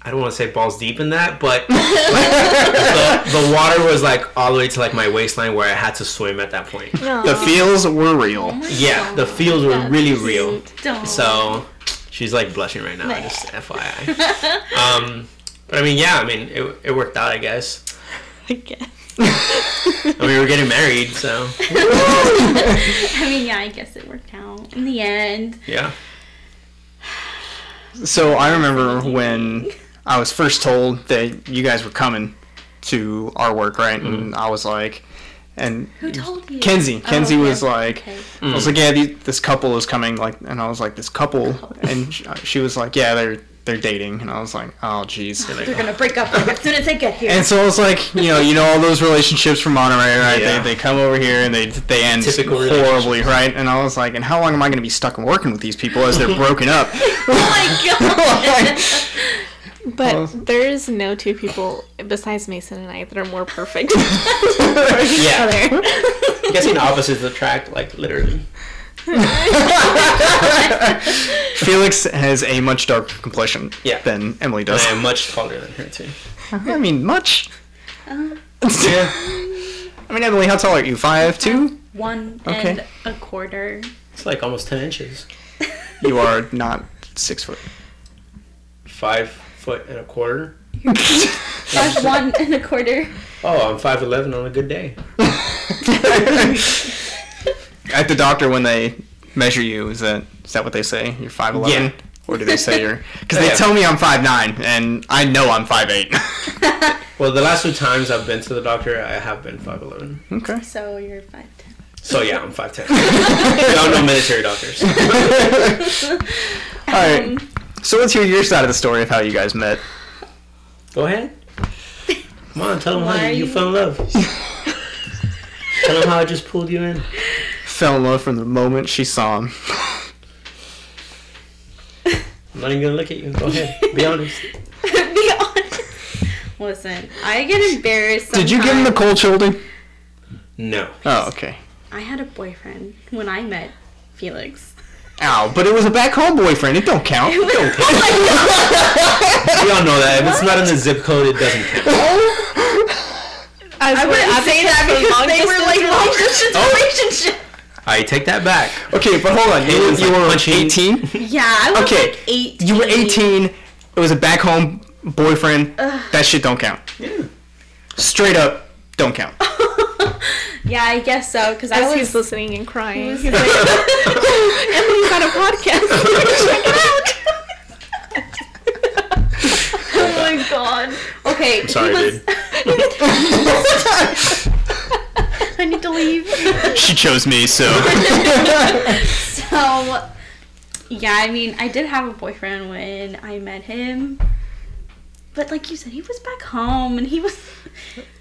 S3: I don't want to say balls deep in that, but the, the water was like all the way to like my waistline where I had to swim at that point.
S1: The feels were real.
S3: Yeah, the feels were really real.
S2: don't.
S3: So she's like blushing right now, just FYI. Um, but I mean, yeah, I mean, it, it worked out, I guess. I mean, we were getting married, so
S2: I mean, yeah, I guess it worked out in the end.
S3: yeah.
S1: So I remember when I was first told that you guys were coming to our work, right?
S3: Mm-hmm.
S1: And I was like, and
S2: Who told you?
S1: Kenzie,
S2: Oh,
S1: Kenzie
S2: okay.
S1: was like,
S2: Okay.
S3: Mm.
S1: I was like, yeah, the, this couple is coming, like, and I was like, this couple, and she, she was like, yeah, they're they're dating, and I was like, oh, jeez.
S2: They're gonna break up like, as soon as I get here.
S1: And so I was like, you know, you know all those relationships from Monterey, right?
S3: Yeah.
S1: They, they come over here and they they end
S3: Typical
S1: horribly, right? And I was like, and how long am I going to be stuck working with these people as they're broken up?
S2: oh my god.
S4: But there's no two people besides Mason and I that are more perfect for each
S3: Yeah.
S4: other.
S3: I'm guessing opposites attract, like literally.
S1: Felix has a much darker complexion
S3: Yeah.
S1: than Emily
S3: And
S1: does.
S3: I am much taller than her too.
S1: I mean, much.
S2: Um,
S1: yeah. I mean, Emily, how tall are you? Five two?
S2: One
S1: Okay.
S2: and a quarter.
S3: It's like almost ten inches.
S1: You are not six foot.
S3: Five foot and a quarter.
S2: That's one and a quarter.
S3: Oh, I'm five eleven on a good day.
S1: At the doctor, when they measure you, is that is that what they say? You're five eleven,
S3: Yeah.
S1: or do they say you're? Because they
S3: Yeah.
S1: tell me I'm five nine, and I know I'm five eight.
S3: Well, the last two times I've been to the doctor, I have been five eleven.
S1: okay.
S2: So you're five ten.
S3: So yeah, I'm five ten. no, no military doctors.
S1: All right. so let's hear your side of the story of how you guys met.
S3: Go ahead. Come on, tell them how
S2: Why
S3: you,
S2: are
S3: you
S2: you-
S3: fell in love. tell them how I just pulled you in.
S1: Fell in love from the moment she saw him.
S3: I'm not even gonna look at you. Go ahead. Be honest.
S2: Be honest. Listen, I get embarrassed.
S1: Did you give him the
S2: sometimes.
S1: cold shoulder?
S3: No.
S1: Oh, okay.
S2: I had a boyfriend when I met Felix.
S1: Ow, but it was a back home boyfriend. It don't count.
S2: It was- oh
S3: We all know that. If it's not in the zip code, it doesn't count.
S4: I
S2: wouldn't say that because they were like long distance relationship.
S3: I take that back.
S1: Okay, but hold on. You,
S3: It was
S1: you
S3: like
S1: were
S3: punching-
S1: 18?
S2: Yeah, I was
S1: Okay,
S2: like eighteen.
S1: You were 18. It was a back home boyfriend. That shit don't count.
S3: Yeah.
S1: Straight up, don't count.
S2: Yeah, I guess so because I
S4: As
S2: was
S4: he's listening and crying,
S2: He's like,
S4: Emily's on a podcast.
S2: oh my god. Okay. I'm
S3: sorry,
S2: I need to leave.
S1: she chose me, so.
S2: so, yeah, I mean, I did have a boyfriend when I met him. But like you said, he was back home and he was,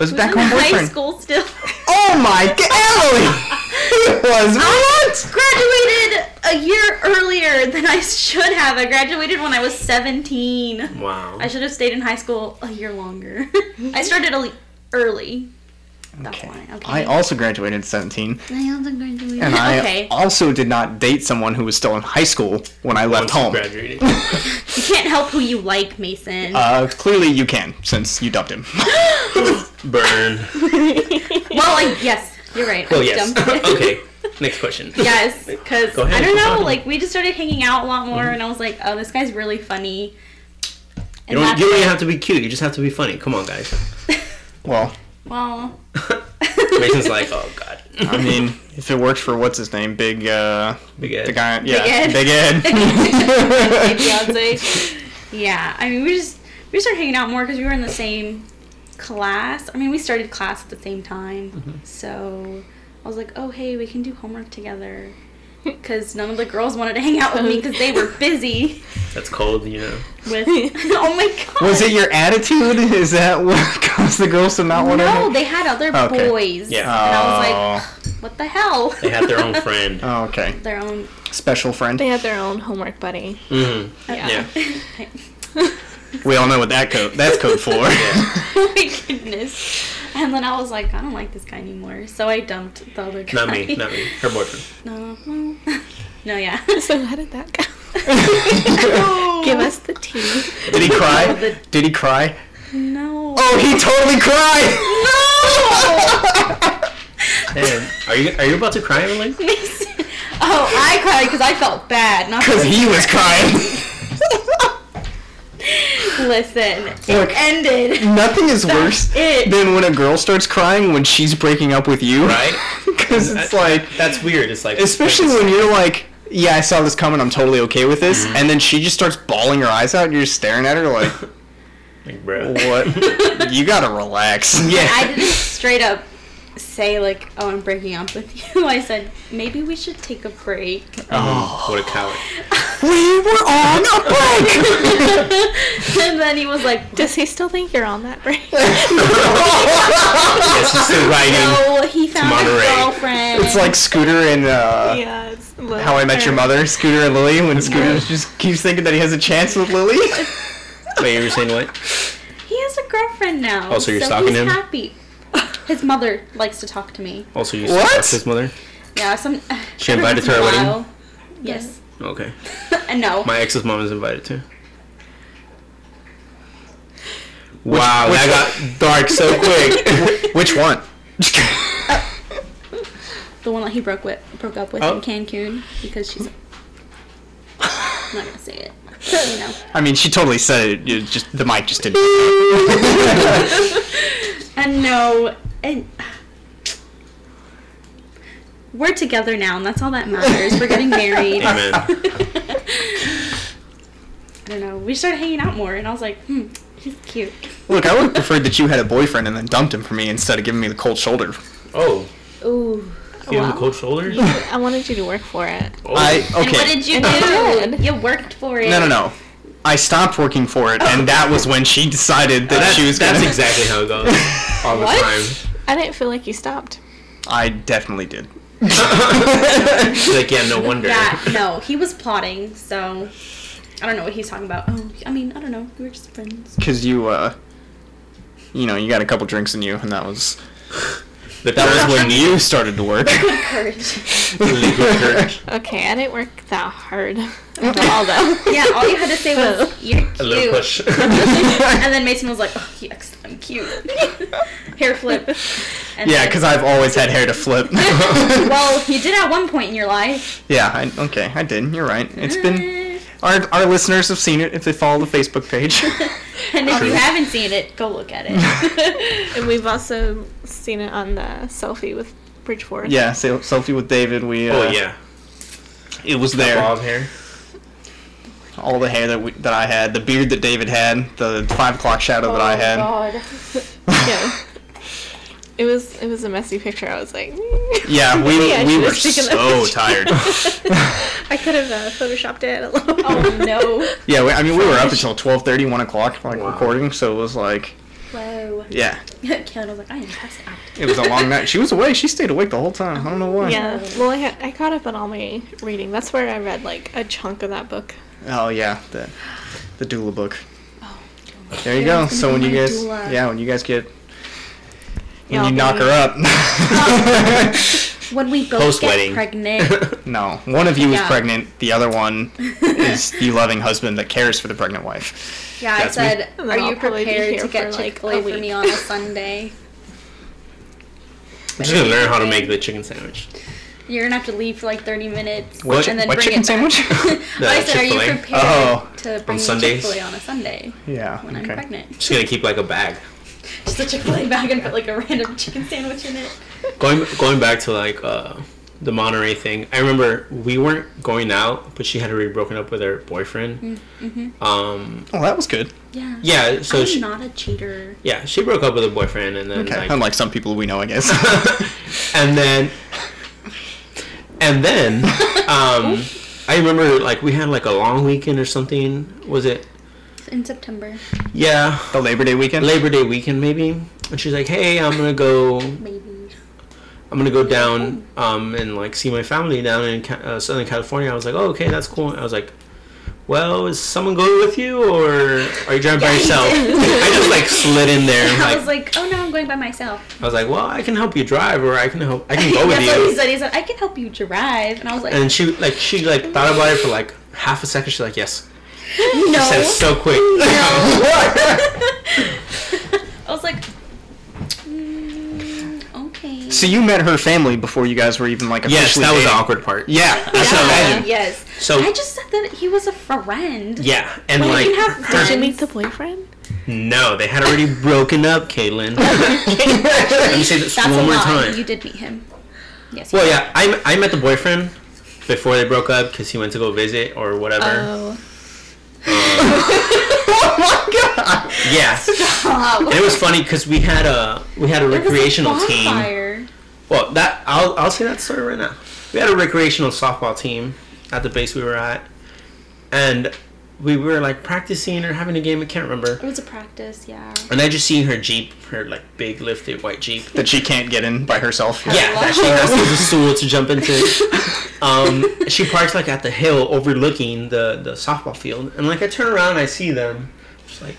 S1: was
S2: he
S1: back
S2: was in
S1: home
S2: high
S1: boyfriend.
S2: school still.
S1: Oh my god, Emily! It was what?
S2: graduated a year earlier than I should have. I graduated when I was 17.
S3: Wow.
S2: I should have stayed in high school a year longer. I started early. early. That's
S1: Okay.
S2: why. Okay.
S1: I also graduated at 17,
S2: I also graduated.
S1: and I
S2: okay.
S1: also did not date someone who was still in high school when I left
S3: Once you
S1: home.
S3: Graduated.
S2: You can't help who you like, Mason.
S1: Uh, clearly you can, since you dumped him.
S3: Burn.
S2: well, like, yes, you're right.
S3: Oh
S2: I
S3: yes.
S2: dumped it.
S3: okay. Next question.
S2: yes, because
S3: Go ahead, Mm-hmm.
S2: I don't
S3: keep
S2: know.
S3: talking.
S2: Like, we just started hanging out a lot more, and I was like, oh, this guy's really funny.
S3: You
S2: And
S3: don't,
S2: that's
S3: you don't
S2: it.
S3: even have to be cute. You just have to be funny. Come on, guys.
S1: well,
S2: well,
S3: Mason's like, oh god.
S1: I mean, if it works for what's his name, big uh,
S3: Big Ed.
S1: the guy, yeah,
S2: Ed.
S1: Big Ed.
S2: my fiance. Yeah, I mean, we just we started hanging out more because we were in
S3: Mm-hmm.
S2: the same class. I mean, we started class at the same time, so I was like, oh hey, we can do homework together, because none of the girls wanted to hang out with me because they were busy
S3: That's cold, you know.
S2: with. oh my god.
S1: Was it your attitude? Is that what caused the girls to not want
S2: No,
S1: to?
S2: they had other
S1: Okay.
S2: boys.
S3: Yeah.
S2: And I was like, what the hell?
S3: They had their own friend.
S1: Oh, okay.
S2: their own.
S1: Special friend.
S4: They had their own homework buddy.
S3: Mm.
S4: Yeah.
S2: Yeah.
S1: We all know what that code that's code for.
S2: oh my goodness. And then I was like, I don't like this guy anymore. So I dumped the other guy.
S3: Not me, not me. Her boyfriend.
S2: No, no. No, yeah.
S4: So how did that go? Give us the tea.
S1: Did he cry? Did he cry?
S2: No.
S1: Oh, he totally cried.
S3: Damn. Are you are you about to cry, Emily?
S2: Mason- Oh, I cried because I felt bad. Not
S1: Because he was crying.
S2: Listen,
S1: Look.
S2: it ended.
S1: Nothing is worse
S2: it.
S1: than when a girl starts crying when she's breaking up with you.
S3: Right?
S1: Because it's like,
S3: That's weird. It's like
S1: especially when you're like, yeah, I saw this coming. I'm totally okay with this. And then she just starts bawling her eyes out, and you're staring at her like,
S3: like, bro.
S1: what? you gotta relax. Yeah.
S2: I didn't straight up say, like, oh, I'm breaking up with you. I said, maybe we should take a break.
S1: Oh.
S3: What a coward.
S1: We were on a break.
S2: and then he was like,
S4: Does he still think you're on that break?
S3: yes, he's still writing.
S2: no, he found a
S3: Monterey.
S2: girlfriend.
S1: it's like Scooter and uh,
S4: yeah. It's Lily
S1: How I Met Your
S4: or-
S1: Mother, Scooter and Lily, when Scooter just keeps thinking that he has a chance with Lily.
S3: Wait, you were saying what?
S2: He has a girlfriend now.
S3: Oh, so you're stalking
S2: he's
S3: him?
S2: Happy. His mother likes to talk to me.
S3: Also, you
S1: What?
S3: stalked his mother.
S2: Yeah, some.
S3: She
S2: every
S3: invited to
S2: once in a
S3: our wedding?
S2: while. Yes.
S3: Okay.
S2: And no.
S3: My ex's mom is invited too. Wow,
S1: which-
S3: that got dark so quick.
S1: Which one?
S2: the one that he broke with, broke up with
S3: Oh.
S2: in Cancun because she's. I'm not gonna say it. You know.
S1: I mean, she totally said it. it just the mic just didn't.
S2: And no, and we're together now, and that's all that matters. We're getting married.
S3: Amen.
S2: I don't know. We started hanging out more, and I was like, hmm, he's cute.
S1: Look, I would have preferred that you had a boyfriend and then dumped him for me instead of giving me the cold shoulder.
S3: Oh,
S2: Ooh.
S3: you
S4: Wow.
S3: have a cold shoulder?
S4: You- I wanted you to work for it.
S3: Oh.
S1: I
S2: And what
S1: okay.
S2: did you
S4: And I
S2: do?
S4: did.
S2: You worked for it.
S1: No, no, no. I stopped working for it, and that was when she decided that
S3: that's,
S1: she was.
S3: that's
S1: gonna...
S3: exactly how it goes all the
S2: What?
S3: time.
S4: I didn't feel like you stopped.
S1: I definitely did.
S3: She's like, yeah, no wonder.
S2: That no, he was plotting. So I don't know what he's talking about. Oh, I mean, I don't know. We were just friends.
S1: Cause you, uh, you know, you got a couple drinks in you, and that was
S3: The
S1: that
S3: curse
S1: was when you started to work.
S2: Good courage.
S3: legal church.
S4: Okay, I didn't work that hard. Although.
S2: yeah, all you had to say was you're cute.
S3: A little push.
S2: and then Mason was like, oh, yes, I'm cute. Hair flip. And
S1: yeah,
S2: then-
S1: cause I've always had hair to flip.
S2: well, you did at one point in your life.
S1: yeah, I, okay, I did. You're right. It's
S2: Mm.
S1: been our our listeners have seen it if they follow the Facebook page.
S2: And if you haven't seen it, go look at it.
S4: And we've also seen it on the selfie with Bridgeforth.
S1: yeah, so, selfie with David. We uh,
S3: oh, yeah.
S1: it was there.
S3: Bob hair.
S1: all the hair that we, that I had, the beard that David had, the five o'clock shadow that I had.
S2: God.
S4: Oh, Yeah. It was it was a messy picture. I was like, mm.
S1: Yeah, we
S4: Maybe I
S1: we
S4: should've
S1: were
S4: taken that
S1: so
S4: picture.
S1: tired.
S4: I could have uh, photoshopped it a little.
S2: Oh no.
S1: yeah, we, I mean we were up until 12:30, 1 o'clock, like
S3: Wow.
S1: recording. So it was like,
S2: Whoa.
S1: yeah,
S2: Kellen was like, I am passed out.
S1: it was a long night. She was awake. She stayed awake the whole time. I don't know why.
S4: Yeah. Well, I, had, I caught up on all my reading. That's where I read like a chunk of that book.
S1: Oh yeah, the the doula book.
S4: Oh,
S1: There you go. So when you guys,
S2: doula.
S1: yeah, when you guys get, when
S4: Y'all
S1: you knock
S4: be-
S1: her up.
S2: When we both
S3: Post-wedding.
S2: get pregnant.
S1: no, one of you is
S2: Yeah.
S1: pregnant. The other one is the loving husband that cares for the pregnant wife.
S2: Yeah, I
S3: That's me.
S2: said,
S4: And
S2: are
S4: then
S2: you
S4: I'll probably be
S2: prepared
S4: here
S2: to get
S4: for, like,
S2: Chick-fil-A
S4: a
S2: for me
S4: week."
S2: on a Sunday?
S3: I'm just gonna learn how to make the chicken sandwich.
S2: You're gonna have to leave for like 30 minutes
S1: What-
S2: and then
S1: what
S2: bring
S1: chicken
S2: it back.
S1: sandwich?
S3: The
S2: I said, are you
S3: Chick-fil-A?
S2: prepared
S1: Oh.
S2: to bring
S3: Sundays?
S2: Chick-fil-A on a Sunday
S1: Yeah.
S2: when I'm
S1: okay.
S2: pregnant?
S3: Just gonna keep like a bag.
S2: Just a Chick-fil-A bag and put like a random chicken sandwich in it.
S3: Going going back to like uh, the Monterey thing. I remember we weren't going out, but she had already broken up with her
S2: Mm,
S3: boyfriend.
S2: mm-hmm.
S3: Um,
S1: Oh, that was good.
S2: Yeah.
S3: yeah, so
S2: I'm
S3: she,
S2: not a cheater.
S3: yeah, she broke up with her boyfriend, and then
S1: Okay.
S3: like,
S1: Unlike some people we know, I guess.
S3: and then and then um I remember like we had like a long weekend or something. Was it?
S2: In September,
S3: Yeah,
S1: the Labor Day weekend.
S3: Labor Day weekend maybe. And she's like, "Hey, I'm gonna go. I'm
S2: maybe.
S3: gonna go down um and like see my family down in Ca- uh, Southern California." I was like, "Oh, okay, that's cool." I was like. Well, is someone going with you, or are you driving by
S2: Yeah, you
S3: yourself?
S2: did.
S3: I just like slid in there.
S2: I
S3: Like,
S2: was like, oh no, I'm going by myself.
S3: I was like, well, I can help you drive, or I can help. I can go with
S2: That's what
S3: you.
S2: he said. He said, I can help you drive. And I was like,
S3: And she like she like thought about it for like half a second. She's like, yes. She said it
S2: no.
S3: so quick.
S2: I was like, mm, okay.
S1: So you met her family before you guys were even like officially.
S3: yes, that was the
S1: dating.
S3: awkward part.
S1: Yeah, I
S2: Yeah,
S1: can imagine.
S2: Yes.
S3: So
S2: I just said that he was a friend.
S3: yeah, and
S2: Well,
S3: like
S2: you can have
S4: Did
S3: her-
S4: you meet the boyfriend?
S3: no, they had already broken up, Caitlin. Let me say this
S2: That's
S3: one
S2: a
S3: more
S2: lie.
S3: time.
S2: You did meet him. Yes. you
S3: well,
S2: did.
S3: yeah, I I met the boyfriend before they broke up because he went to go visit or whatever. Um,
S4: Oh.
S3: yeah,
S2: Oh,
S3: and it was funny because we had a we had a
S2: there was a
S3: recreational team.
S2: bonfire.
S3: Well, that I'll I'll say that story right now. We had a recreational softball team at the base we were at, and we were like practicing or having a game. I can't remember.
S2: It was a practice. Yeah.
S3: And I just see her jeep, her like big lifted white jeep.
S1: That she can't get in by herself.
S3: Yeah, that she has to use a stool to jump into. Um, she parks like at the hill overlooking the the softball field, and like I turn around, I see them. Just like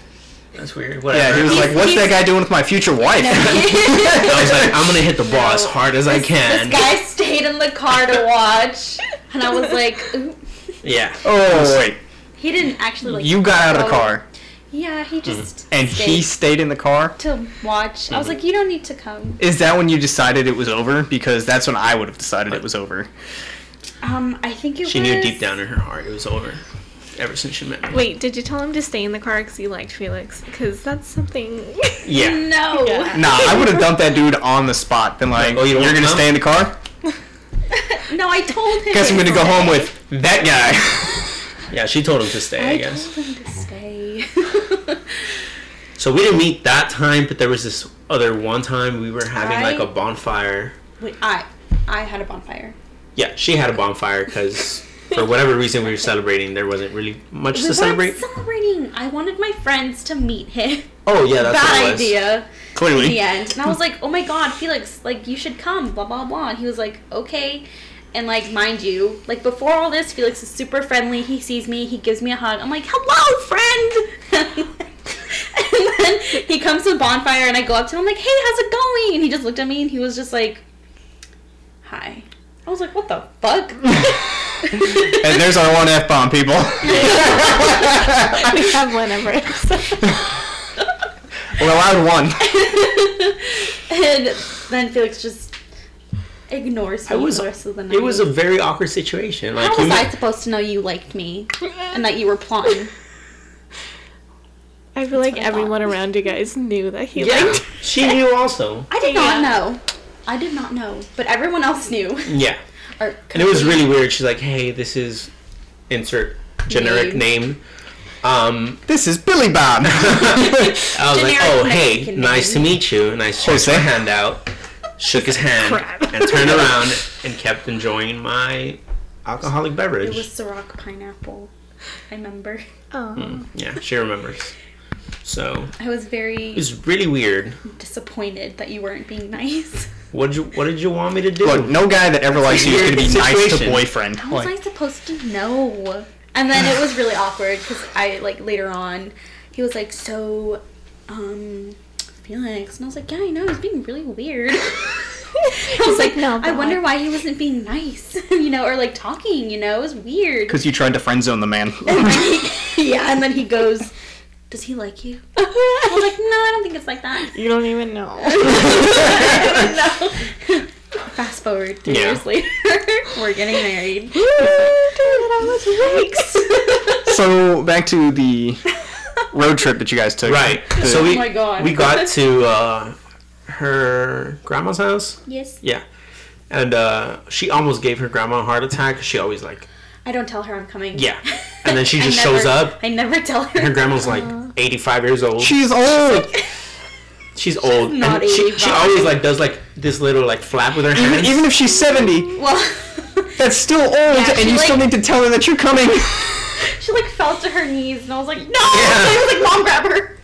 S3: that's weird.
S1: Yeah,
S3: Whatever.
S1: he was like, "What's that guy doing with my future wife?"
S3: I was like, I'm gonna hit the ball as
S2: No.
S3: hard as I can.
S2: This guy stayed in the car to watch, and I was like, Ooh.
S3: yeah.
S1: oh wait,
S2: he didn't actually like.
S1: you got out of the
S2: go.
S1: car
S2: Yeah, he
S3: Mm.
S2: just
S1: and
S2: stayed
S1: he stayed in the car.
S2: to watch.
S3: Mm-hmm.
S2: I was like, you don't need to come.
S1: Is that when you decided it was over? Because that's when I would have decided it was over.
S2: Um, I think it
S3: She
S2: was.
S3: knew deep down in her heart it was over. Ever since she met me.
S4: Wait, did you tell him to stay in the car because you liked Felix? Because that's something.
S3: Yeah.
S2: No.
S4: Yeah.
S1: Nah, I would have dumped that dude on the spot. Been like,
S3: Oh, you don't
S1: are
S3: want
S1: gonna
S3: to know?"
S1: stay in the car?
S2: No, I told him.
S1: Guess I'm gonna go home with that guy."
S3: Yeah, she told him to stay, I,
S2: I
S3: guess.
S2: told him to stay.
S3: So we didn't meet that time, but there was this other one time we were having like a
S2: I-
S3: bonfire.
S2: Wait, I, I had a bonfire.
S3: Yeah, she had a bonfire because for whatever reason we were celebrating, there wasn't really much
S2: we
S3: to celebrate.
S2: weren't celebrating. I wanted my friends to meet him.
S3: Oh yeah, that's what it
S2: Bad
S3: was.
S2: idea. In
S1: Clearly,
S2: the end, and I was like, "Oh my God, Felix! Like, you should come." Blah blah blah. And he was like, "Okay." And like, mind you, like before all this, Felix is super friendly. He sees me, he gives me a hug. I'm like, "Hello, friend." and then he comes to the bonfire, and I go up to him, like, "Hey, how's it going?" And he just looked at me, and he was just like, "Hi." I was like, "What the fuck?"
S1: and there's our one f bomb, people.
S4: we have one ever.
S1: We're allowed one.
S2: and then Felix just ignores
S3: I
S2: me
S3: was-
S2: the rest of the night.
S3: It was a very awkward situation. Like
S2: How
S3: you
S2: was
S3: met-
S2: I supposed to know you liked me and that you were plotting?
S4: I feel like
S2: what I thought.
S4: everyone around you guys knew that he
S3: yeah,
S4: liked.
S3: she knew also.
S2: I did
S4: Yeah.
S2: not know. I did not know, but everyone else knew.
S3: Yeah,
S2: Or
S3: and it was really weird. She's like, "Hey, this is insert generic name." Um,
S1: This is Billy Bob.
S3: I was like,
S2: Generic
S3: "Oh, hey,
S2: Mexican
S3: nice to
S2: name.
S3: meet you," and I shook
S1: Jose.
S3: my hand out, shook his hand,
S4: "Crap."
S3: and turned around and kept enjoying my alcoholic beverage.
S2: It was Ciroc pineapple. I remember.
S4: Oh.
S3: yeah, she remembers. So
S2: I was
S3: it
S2: very
S3: was really weird.
S2: disappointed that you weren't being nice.
S3: What did you What did you want me to do?
S1: Look, no guy that ever likes you is gonna be nice to
S3: Situation.
S1: boyfriend.
S2: How was
S1: Like,
S2: I supposed to know? And then it was really awkward because I like later on, he was like, "So, um, Felix," and I was like, "Yeah, I know. He's being really weird." I was like,
S4: like, "No,
S2: I
S4: but
S2: wonder
S4: like-
S2: why he wasn't being nice, you know, or like talking, you know, it was weird."
S1: because you tried to friend zone the man.
S2: yeah, and then he goes, "Does he like you?" I was like, "No, I don't think it's like that."
S4: You don't even know.
S2: no. Fast forward three
S3: Yeah.
S2: years later, we're getting married.
S1: so back to the road trip that you guys took.
S3: Right.
S1: The-
S3: So we
S2: Oh my God.
S3: we got to uh, her grandma's house.
S2: yes.
S3: Yeah. and uh, she almost gave her grandma a heart attack. 'cause She always like
S2: I don't tell her I'm coming.
S3: Yeah. And then she
S2: I
S3: just
S2: never-
S3: shows up.
S2: I never tell her.
S3: her grandma's like
S2: Uh-huh.
S3: 85 years old.
S1: She's old.
S3: She's old. and
S2: not
S3: she, she
S2: 85.
S3: always like does like this little like flap with her
S1: Even,
S3: hands.
S1: even if she's 70,
S2: well,
S1: that's still old, and
S2: she,
S1: you still
S2: like-
S1: need to tell her that you're coming.
S2: she like fell to her knees, and I was like, no.
S3: Yeah.
S2: I was like, mom, grab her.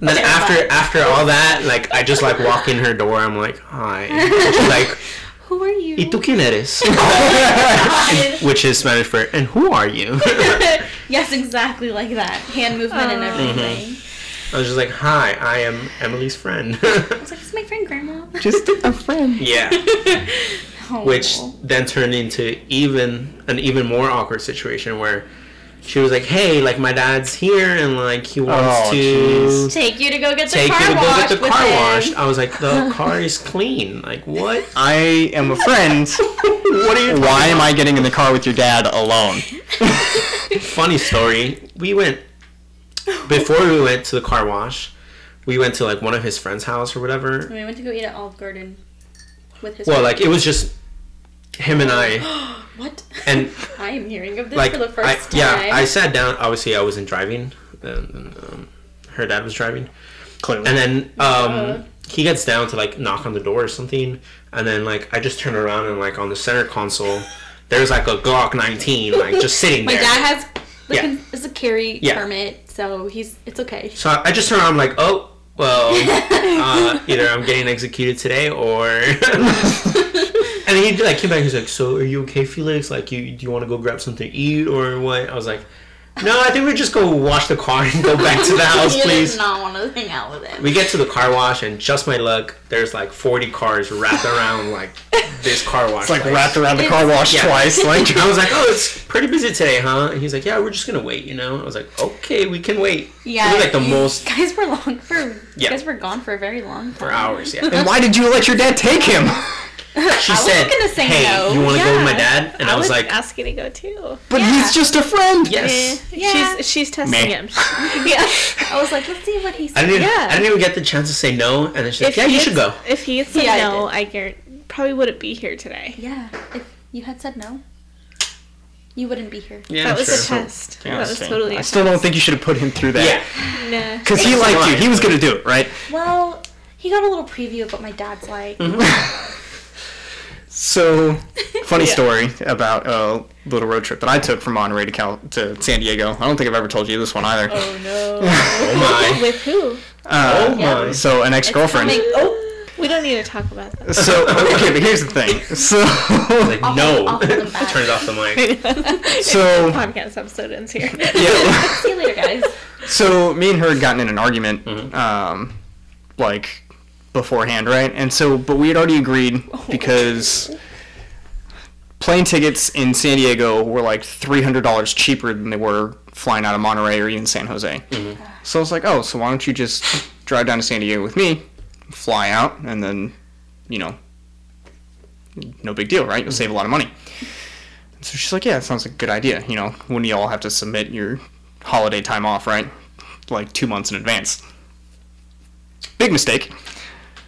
S3: and then
S2: Okay,
S3: after
S2: fine.
S3: after all that, like I just like walk in her door. I'm like, hi. She's like,
S2: Who are you?
S3: ¿Y tú quién eres?
S2: God.
S3: Which is Spanish for and who are you?
S2: yes, exactly like that. Hand movement and everything.
S3: Mm-hmm. I was just like, hi, I am Emily's friend.
S2: I was like, it's my friend, grandma.
S1: Just a friend.
S3: yeah.
S2: Oh.
S3: which then turned into even an even more awkward situation where she was like, "Hey, like my dad's here and like he wants
S1: Oh,
S3: to
S1: jeez.
S2: take you to go get the
S3: take
S2: car
S3: you to go
S2: washed
S3: get the
S2: with
S3: car
S2: him.
S3: washed." I was like, "The car is clean. Like what?
S1: I am a friend.
S3: What are you?"
S1: Why am I getting in the car with your dad alone?
S3: Funny story. We went before we went to the car wash. We went to like one of his friend's house or whatever.
S2: We went to go eat at Olive Garden with his.
S3: Well, like it was just him and I
S2: what?
S3: and
S2: I am hearing of this
S3: like
S2: for the first
S3: I,
S2: time.
S3: yeah, I sat down. Obviously, I wasn't driving. And, um, her dad was driving.
S1: Clearly.
S3: And then
S2: Yeah.
S3: um, he gets down to like knock on the door or something, and then like I just turn around and like on the center console, there's like a Glock 19 like just sitting
S2: My
S3: there.
S2: dad has like
S3: Yeah.
S2: an- is a carry
S3: Yeah.
S2: permit, so he's it's okay.
S3: so I, I just turn around I'm like, oh well, uh, either I'm getting executed today or. and he like came back. He's like, so are you okay, Felix? Like, you do you want to go grab something to eat or what? I was like. No, I think we just go wash the car and go back to the house,
S2: you
S3: please.
S2: did not want to hang out with him.
S3: We get to the car wash, and just my luck, there's like 40 cars wrapped around like this car wash.
S1: It's like
S3: place.
S1: wrapped around the car wash
S3: Yeah.
S1: twice. Like,
S3: I was like, oh, it's pretty busy today, huh? And he's like, yeah, we're just gonna wait, you know. I was like, okay, we can wait.
S2: yeah,
S3: It was like the
S2: you
S3: most
S2: guys were long for. You
S3: Yeah.
S2: guys were gone for a very long time.
S3: for hours. Yeah.
S1: and why did you let your dad take him?
S3: She
S2: I wasn't
S3: said,
S2: gonna say
S3: hey,
S2: no.
S3: you want to go with my
S2: Yeah.
S3: dad? And I, was
S4: would
S3: like,
S4: ask you to go too.
S1: But
S2: Yeah.
S1: he's just a friend.
S4: Eh,
S3: yes.
S2: Yeah.
S4: She's she's testing
S1: Meh.
S4: him. yeah.
S2: I was like, let's see what he
S3: I
S2: says.
S3: didn't. Even,
S4: Yeah.
S3: I didn't even get the chance to say no. And then she's like, yeah,
S4: he
S3: you
S4: had-
S3: should go.
S4: If he had said
S2: Yeah, I
S4: no, I guarantee probably wouldn't be here today.
S2: Yeah, if you had said no, you wouldn't be here.
S3: Yeah,
S4: that was a
S3: sure.
S4: test. that was totally.
S1: I still don't think you should have put him through
S3: Yeah.
S1: that.
S4: Nah.
S1: Because he liked you. He was going to do it, right?
S2: Well, he got a little preview of what my dad's like.
S3: Mm-hmm.
S1: So, funny
S4: Yeah.
S1: story about a little road trip that I took from Monterey to, Cal- to San Diego. I don't think I've ever told you this one either.
S4: Oh no.
S3: Oh my.
S4: With who?
S1: Uh,
S3: Oh my.
S1: So, an ex girlfriend.
S2: Coming- oh,
S4: We don't need to talk about that.
S1: So, okay, but here's the thing. So,
S3: Like,
S2: I'll
S3: no.
S2: hold- I'll hold him back.
S3: Turned off the mic.
S1: So-
S4: podcast episode ends here.
S1: yeah.
S2: see you later, guys.
S1: so me and her had gotten in an argument um, like beforehand right and so but we had already agreed because plane tickets in san diego were like $300 cheaper than they were flying out of monterey or even san jose so i was like oh so why don't you just drive down to san diego with me fly out and then you know no big deal right you'll save a lot of money and so she's like yeah that sounds like a good idea you know when you all have to submit your holiday time off, right? Like two months in advance. Big mistake.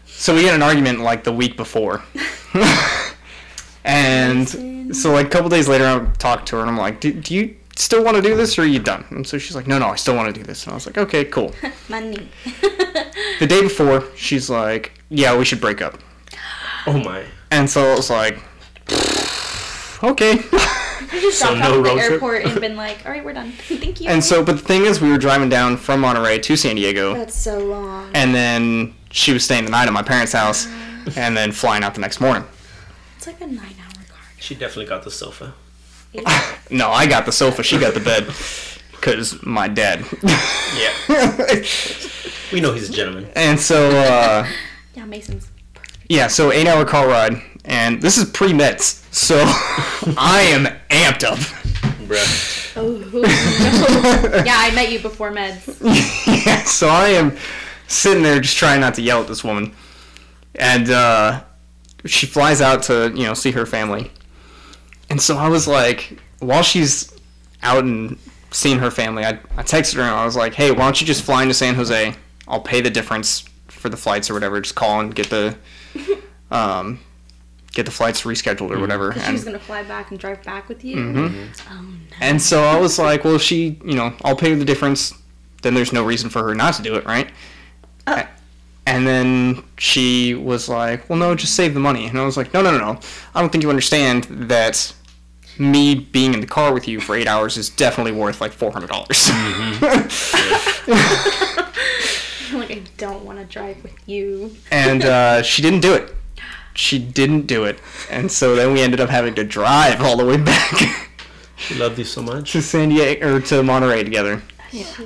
S1: So we had an argument like the week before. and so like a couple days later I talked to her and I'm like, do, do you still want to do this or are you done? And so she's like, no, no, I still want to do this. And I was like, okay, cool.
S2: Money.
S1: The day before, she's like, yeah, we should break up.
S3: Oh my.
S1: And so it was like, okay.
S2: You just
S3: So
S2: dropped
S3: no
S2: off at
S3: road
S2: the
S3: trip?
S2: airport and been like, all right, we're done. Thank you.
S1: And so, but the thing is, we were driving down from Monterey to San Diego.
S2: that's so long.
S1: and then she was staying the night at my parents' house,
S3: Mm.
S1: and then flying out the next morning.
S2: It's like a nine-hour car.
S3: She definitely got the sofa.
S1: No, I got the sofa, she got the bed, cause my dad.
S3: Yeah. We know he's a gentleman.
S1: and so, uh,
S2: Yeah, Mason's.
S1: yeah, so eight hour car ride, and this is pre meds, so I am amped up.
S3: Bruh.
S2: Yeah, I met you before meds.
S1: yeah, so I am sitting there just trying not to yell at this woman, and uh, she flies out to you know see her family, and so I was like, while she's out and seeing her family, I I texted her and I was like, hey, why don't you just fly into San Jose? I'll pay the difference for the flights or whatever. Just call and get the um, get the flights rescheduled or whatever.
S2: Because she was
S1: And, Mm-hmm.
S2: gonna fly back and drive back with you. Oh no.
S1: and so I was like, well, if she, you know, I'll pay the difference. Then there's no reason for her not to do it, right? A- And then she was like, well, no, just save the money. And I was like, no, no, no, no. I don't think you understand that me being in the car with you for eight hours is definitely worth like $400. dollars
S2: like I don't want to drive with you.
S1: and uh, she didn't do it. She didn't do it, and so then we ended up having to drive all the way back
S3: She loved you so much.
S1: to San Diego or to Monterey together.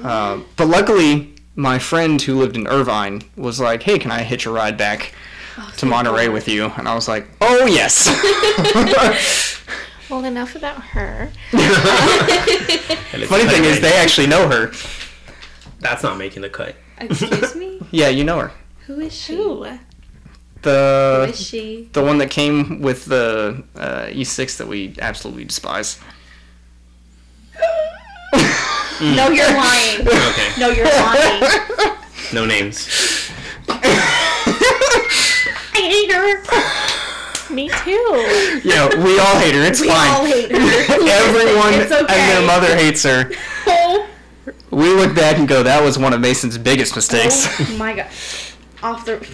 S1: Uh, but luckily, my friend who lived in Irvine was like, "Hey, can I hitch a ride back to Monterey with you?" And I was like, "Oh yes."
S4: Well, enough about her.
S1: Funny thing is, they actually know her.
S3: That's not making the cut.
S2: Excuse me.
S1: Yeah, you know her.
S2: Who is she?
S4: Ooh.
S2: Who
S1: The
S2: is she?
S1: the one that came with the uh, E6 that we absolutely despise.
S2: No, you're lying.
S3: Okay.
S2: No, you're lying.
S3: No names.
S2: I hate her.
S4: Me too.
S1: Yeah, we all hate her. It's
S2: We
S1: fine.
S2: all hate her.
S1: Everyone
S2: It's
S1: and their
S2: okay.
S1: mother hates her.
S2: Oh,
S1: We look back and go, that was one of Mason's biggest mistakes.
S2: oh my god. Off the.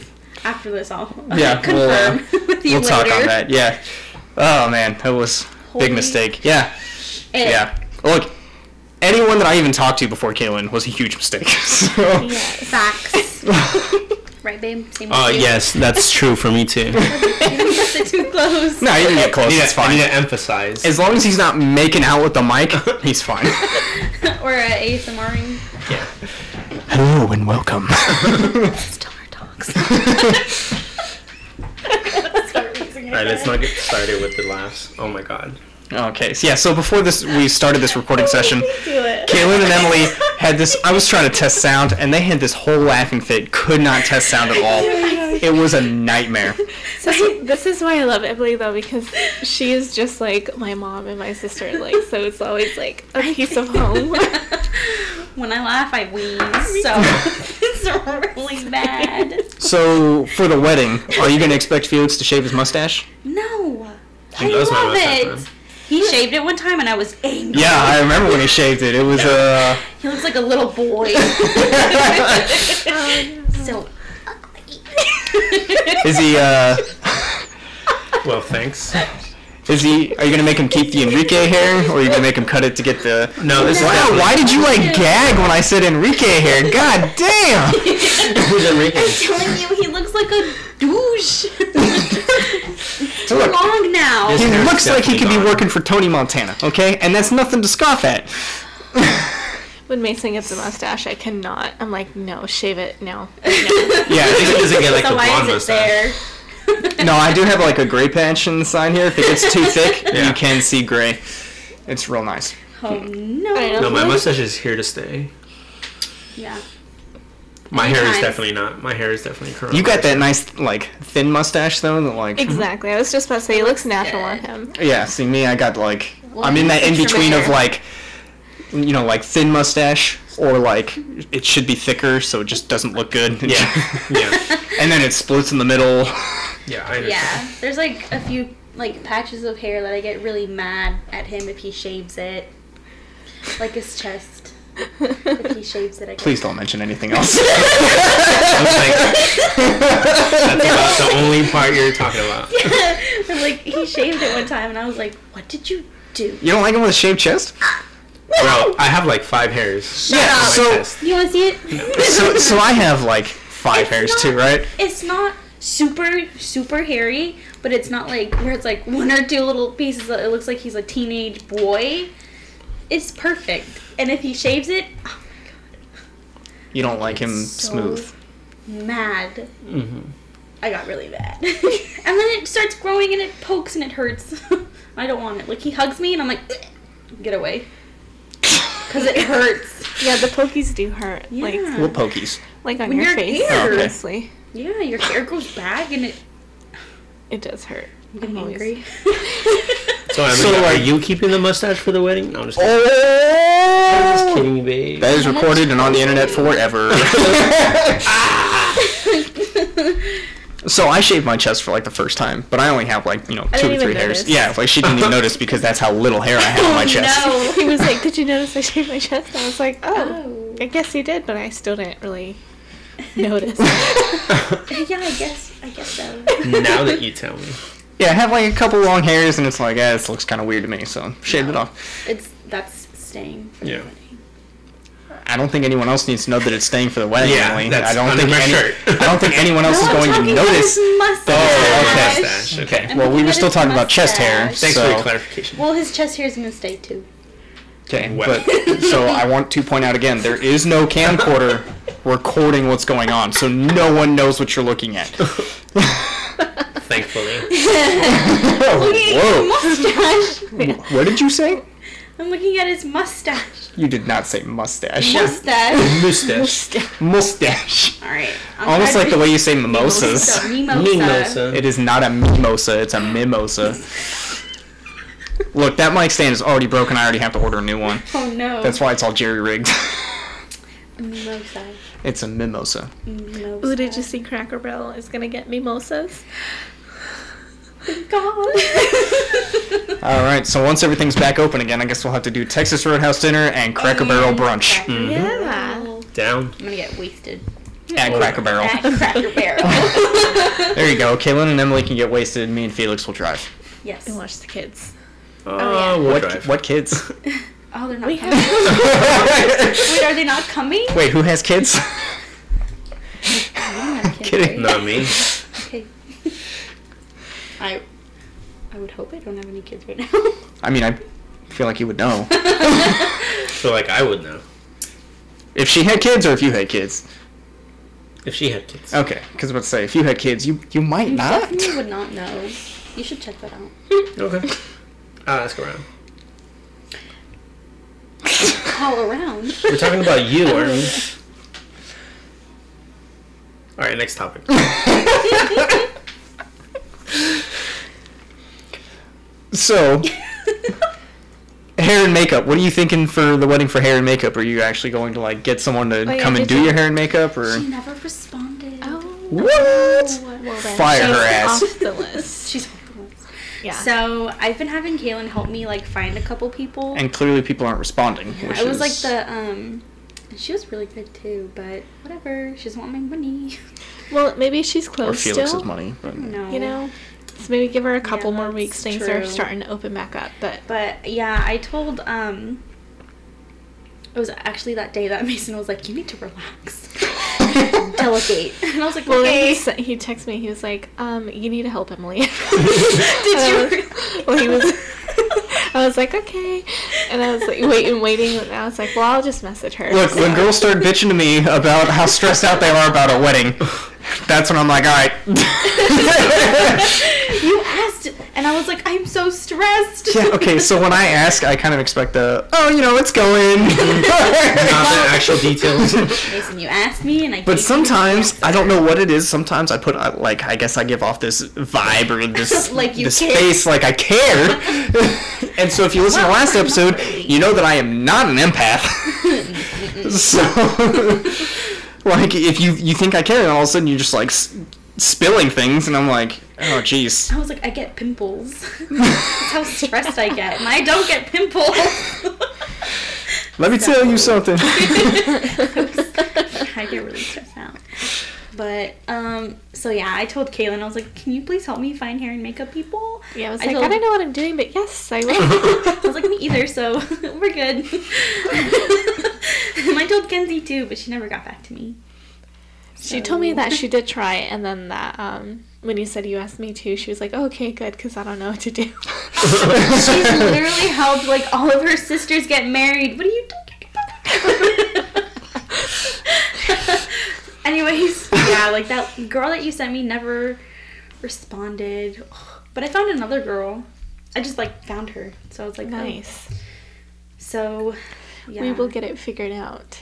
S2: After this, I'll
S1: Yeah, we'll, uh,
S2: confirm with
S1: we'll
S2: you later.
S1: talk on that. Yeah. Oh man, that was a
S2: Holy
S1: big mistake. Yeah,
S2: And-
S1: yeah. Look, anyone that I even talked to before Kaylin was a huge mistake. so-
S4: Yes.
S2: Facts. right, babe? Same
S3: Uh,
S2: with you.
S3: yes, that's true for me too.
S2: You didn't press it too close.
S1: no, you didn't get close.
S3: I need,
S1: It's
S3: to, I
S1: fine.
S3: need to emphasize.
S1: As long as he's not making out with the mic, he's fine.
S2: or uh, ASMRing.
S3: yeah.
S1: Hello and welcome.
S2: Stoner talks.
S3: All right, let's not get started with the laughs. Oh my god.
S1: okay, so yeah. So before this, we started this recording session.
S4: Do it.
S1: Kaylin and Emily had this. I was trying to test sound, and they had this whole laughing fit. Could not test sound at all. It was a nightmare.
S4: This is, this is why I love Emily though because she is just like my mom and my sister like so it's always like a piece of home.
S2: when I laugh, I wheeze, so it's really bad.
S1: So for the wedding, are you going to expect Felix to shave his mustache?
S2: No, I
S3: Dude, that was my
S2: love
S3: mustache,
S2: it.
S3: man.
S2: He shaved it one time, and I was angry.
S1: Yeah, I remember when he shaved it. It was uh.
S2: He looks like a little boy.
S4: Um,
S2: so ugly.
S1: Is he uh?
S3: Well, thanks.
S1: Is he? Are you going to make him keep the Enrique hair, or are you going to make him cut it to get the?
S3: No, this is
S1: Wow,
S3: definitely-
S1: why did you like gag when I said Enrique hair? God damn!
S3: Who's Enrique?
S2: I'm telling you, he looks like a douche. it's too
S1: Look.
S2: long now.
S1: He
S3: hair's
S1: looks like he could
S3: definitely
S1: be
S3: gone.
S1: working for Tony Montana, okay? And that's nothing to scoff at.
S4: When Mason gets a mustache, I cannot. I'm like, no, shave it now.
S1: Yeah,
S3: I think it doesn't get like
S2: so
S3: the
S2: why
S3: blonde
S2: is it
S3: mustache.
S2: there?
S1: No, I do have like a gray patch in the sign here. If it gets too thick,
S3: Yeah.
S1: you can see gray. It's real nice.
S2: Oh no.
S4: I know.
S3: No, my mustache is here to stay.
S2: Yeah.
S3: My hair is
S2: Sometimes.
S3: definitely not. My hair is definitely current.
S1: You got that nice like thin mustache though, that like
S3: Mm-hmm.
S4: Exactly. I was just about to say it looks natural on him.
S1: yeah. See me, I got like
S2: Well,
S1: I'm in that in
S2: you can trim
S1: between
S2: it
S1: of
S2: here.
S1: like you know like thin mustache or like it should be thicker so it just doesn't look good.
S3: Yeah. yeah.
S1: and then it splits in the middle.
S3: Yeah, I understand.
S2: Yeah, there's like a few like patches of hair that I get really mad at him if he shaves it, like his chest. if he shaves it, I get
S1: Please don't mention anything else.
S3: I was like, that's about the only part you're talking about.
S2: I'm like he shaved it one time, and I was like, "What did you do?"
S1: you don't like him with a shaved chest?
S3: Bro, I have like five hairs.
S1: yeah.
S2: up.
S1: So
S2: You want to see it?
S1: so so I have like five hairs
S2: not-
S1: too, right?
S2: it's not super super hairy, but it's not like where it's like one or two little pieces. That it looks like he's a teenage boy. It's perfect, and if he shaves it, oh I'm
S1: You don't like him
S2: so
S1: smooth.
S2: Mad.
S3: Mm-hmm.
S2: I got really bad. and then it starts growing and it pokes and it hurts. I don't want it. Like he hugs me and I'm like, "Ugh, get away. Because it hurts.
S4: Yeah, the pokies do hurt. Like
S2: Yeah.
S1: Little pokies.
S4: like on
S2: When
S4: your
S2: you're
S4: face.
S2: here.
S1: Oh, okay.
S4: Honestly.
S2: Yeah, your hair grows back and it.
S4: It does hurt.
S2: I'm getting
S4: always-
S2: angry.
S3: So, Emily,
S1: So,
S3: are
S1: like-
S3: you keeping the mustache for the wedding? No, I'm just kidding. I'm just
S1: Oh!
S3: kidding, babe.
S1: That is
S2: Ah.
S1: recorded and on the internet forever. So I shaved my chest for like the first time, but I only have like you know
S4: I
S1: two
S4: didn't
S1: or three
S4: even
S1: hairs.
S4: notice.
S1: Yeah, like she didn't even notice because that's how little hair I have on my chest.
S2: No.
S4: He was like, "Did you notice I shaved my chest?" I was like, "Oh,
S2: Oh.
S4: I guess you did," but I still didn't really notice.
S2: yeah, I guess. I guess so.
S3: now that you tell me.
S1: Yeah, I have like a couple long hairs, and it's like, eh, this looks kind of weird to me, so shaved it off.
S2: It's that's staying. for the
S3: Yeah.
S2: wedding.
S1: I don't think anyone else needs to know that it's staying for the wedding.
S3: Yeah,
S1: Emily.
S3: that's
S1: I don't
S3: under
S1: think
S3: my
S1: any,
S3: shirt.
S1: I don't think anyone else
S2: No,
S1: is
S2: I'm
S1: going
S2: talking
S1: to
S2: about
S1: notice.
S2: his mustache.
S1: Oh, okay.
S3: Mustache.
S1: Okay.
S2: I'm
S1: Well, we
S2: looking
S1: were
S2: at
S1: still
S2: his
S1: talking about chest hair.
S2: mustache.
S3: Thanks
S1: so,
S3: for your clarification.
S2: Well, his chest hair is gonna stay too.
S1: Okay,
S3: Well.
S1: but so I want to point out again, there is no camcorder recording what's going on, so no one knows what you're looking at.
S3: Thankfully.
S1: Whoa!
S2: mustache.
S1: What did you say?
S2: I'm looking at his mustache.
S1: You did not say mustache.
S2: Mustache.
S3: Mustache.
S1: Mustache.
S2: All right. I'm
S1: Almost
S2: glad
S1: like the
S2: we-
S1: way you say mimosas.
S2: Mimosa. Mimosa.
S3: Mimosa.
S1: It is not a mimosa, it's a mimosa. Look, that mic stand is already broken. I already have to order a new one.
S2: Oh no.
S1: That's why it's all jerry rigged.
S2: Mimosa.
S1: it's a mimosa.
S2: Mimosa.
S4: Ooh, did you see Cracker Barrel is gonna get mimosas?
S2: God.
S1: All right, so once everything's back open again, I guess we'll have to do Texas Roadhouse dinner and Cracker Barrel
S2: Mm-hmm.
S1: brunch Mm-hmm.
S4: Yeah.
S3: Down.
S2: I'm gonna get wasted
S1: at Cracker Barrel.
S2: at Cracker Barrel.
S1: There you go. Kaylin and Emily can get wasted. Me and Felix will drive.
S2: yes.
S4: And watch the kids.
S3: Oh,
S2: yeah.
S3: we'll
S1: What?
S3: drive.
S1: What kids?
S2: Oh, they're not
S4: We
S2: coming.
S4: have
S2: Wait, are they not coming?
S1: Wait, who has kids?
S2: have kids,
S1: Kidding.
S2: right?
S3: Not me.
S2: Okay. I I would hope I don't have any kids right now.
S1: I mean, I feel like you would know
S3: So like I would know
S1: if she had kids or if you had kids.
S3: if she had kids.
S1: Okay, because let's say if you had kids, you you might not.
S2: Stephanie would not know. You should check that out.
S3: Okay. I'll ask around.
S2: Call around.
S3: We're talking about you, aren't we? All right, next topic.
S1: So, hair and makeup. What are you thinking for the wedding for hair and makeup? Are you actually going to like get someone to
S4: Oh, yeah,
S1: come and
S4: get
S1: do
S4: some-
S1: your hair and makeup or
S2: she never responded.
S4: Oh,
S1: what?
S4: well then.
S1: Fire
S4: she's
S1: her ass.
S4: Off the list.
S2: She's off the list.
S4: Yeah.
S2: So I've been having Kaylin help me like find a couple people.
S1: And clearly, people aren't responding. Which
S2: I
S1: is...
S2: was like the um. She was really good too, but whatever. She doesn't want my money.
S4: well, maybe she's
S1: or
S4: closed
S1: Felix's
S4: still.
S1: money. But...
S2: No.
S4: You know. So maybe give her a couple more
S2: that's
S4: weeks. Things are
S2: true.
S4: starting to open back up, but
S2: But yeah, I told um it was actually that day that Mason was like, You need to relax. Delegate. And I was like,
S4: Well, then
S2: Okay.
S4: he, sent, he texted me. He was like, um, "You need to help Emily." Did
S2: Did you
S4: well, he was. I was like, "Okay," and I was like, waiting, waiting. And I was like, "Well, I'll just message her."
S1: Look,
S4: So-
S1: when girls start bitching to me about how stressed out they are about a wedding, that's when I'm like, all right.
S2: You asked and I was like, I'm so stressed.
S1: yeah, okay, so when I ask, I kind of expect the, oh, you know, it's going.
S3: Not the actual details.
S2: Mason, you asked me and I gave
S1: But
S2: you
S1: sometimes
S2: the
S1: I don't know what it is. Sometimes I put uh, like I guess I give off this vibe or this
S2: Like you
S1: this
S2: care.
S1: face like I care. and so if you listen to
S2: Well,
S1: last
S2: I'm
S1: episode,
S2: not really.
S1: you know that I am not an empath. so like if you you think I care, and all of a sudden you're just like s- spilling things, and I'm like, oh jeez.
S2: I was like, I get pimples. That's how stressed I get. And I don't get pimples.
S1: Let me tell you something.
S2: I get really stressed out. But um, so yeah, I told Kaylin, I was like, "Can you please help me find hair and makeup people?"
S4: yeah, I was
S2: I
S4: like,
S2: told-
S4: "I don't know what I'm doing, but yes, I will."
S2: I was like, "Me either," so we're good. and I told Kenzie too, but she never got back to me.
S4: she told me that she did try, and then that um, when you said you asked me to, she was like, "Oh, "Okay, good," because I don't know what to do.
S2: She's literally helped like all of her sisters get married. What are you talking about? Anyways, yeah, like that girl that you sent me never responded. But I found another girl. I just like found her. So I was like, oh.
S4: nice.
S2: So yeah.
S4: We will get it figured out.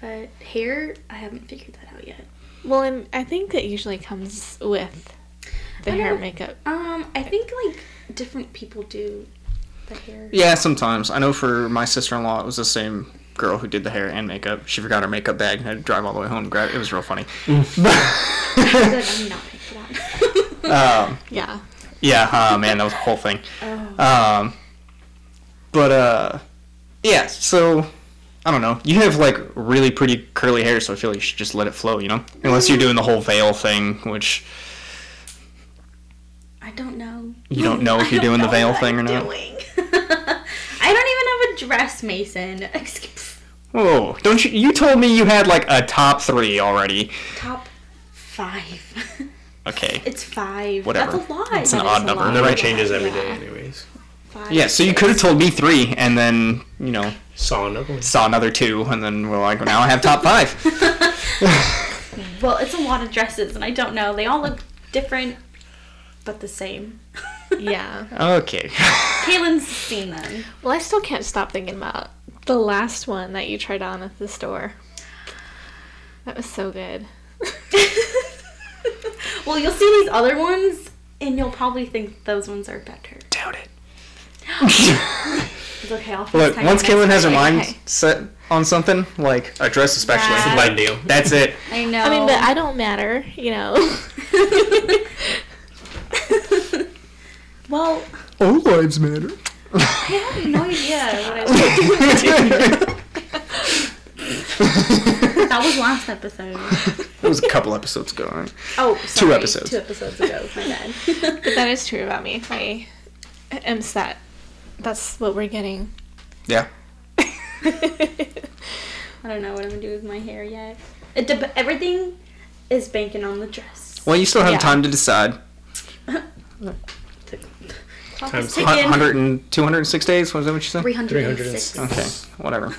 S2: but hair, I haven't figured that out yet.
S4: Well, and I think that usually comes with the
S2: I
S4: hair
S2: don't-
S4: makeup.
S2: Um, I think like different people do the hair.
S1: Yeah, sometimes. I know for my sister in law, it was the same girl who did the hair and makeup. She forgot her makeup bag and had to drive all the way home and grab it. It was real funny.
S2: Good, I'm not picking that.
S1: um,
S4: Yeah.
S1: yeah, oh man, that was a whole thing.
S2: oh.
S1: Um, but uh, yeah. So I don't know. You have like really pretty curly hair, so I feel like you should just let it flow. You know, unless you're doing the whole veil thing, which
S2: I don't know.
S1: you don't know if
S2: I
S1: you're
S2: don't
S1: doing the
S2: know
S1: veil
S2: what
S1: thing or
S2: I'm
S1: not.
S2: doing. I don't even have a dress, Mason. Excuse-
S1: Whoa! Don't you? You told me you had like a top three already.
S2: Top five.
S1: Okay.
S2: it's five.
S1: Whatever.
S2: That's a lot.
S1: It's an
S4: That is
S1: odd
S4: a
S1: number,
S4: lot.
S3: Number
S1: right?
S3: changes every
S2: Yeah.
S3: day, anyways.
S2: Five.
S1: Yeah. So you could have told me three, and then you know
S3: Saw another one.
S1: saw another two, and then we're like, well, now I have top five.
S2: Well, it's a lot of dresses, and I don't know. They all look different, but the same.
S4: Yeah.
S1: okay.
S2: Kaylin's seen them.
S4: Well, I still can't stop thinking about the last one that you tried on at the store. That was so good.
S2: well, you'll see these other ones, and you'll probably think those ones are better.
S1: Doubt it.
S2: It's okay. I'll
S1: Look,
S2: FaceTime
S1: once
S2: you
S1: Caitlin
S2: next
S1: has her
S2: week.
S1: mind
S4: Okay.
S1: set on something, like a dress especially,
S2: Yeah.
S1: like
S3: By Neil.
S1: that's it.
S2: I know.
S4: I mean, but I don't matter, you know.
S2: well,
S1: All lives matter.
S2: I have no idea what I was. That was last episode.
S1: That was a couple episodes ago, right?
S2: Oh, sorry,
S1: episodes.
S2: Two episodes ago. My bad.
S4: that is true about me. I am set. That's what we're getting.
S1: Yeah.
S2: I don't know what I'm gonna do with my hair yet. It dep everything is banking on the dress.
S1: Well, you still have
S4: Yeah.
S1: time to decide.
S2: Clock
S3: Time's
S2: is
S1: Hun-
S2: ticking.
S1: 100 and 206 days? Was that what you said?
S2: 306.
S1: Okay, whatever.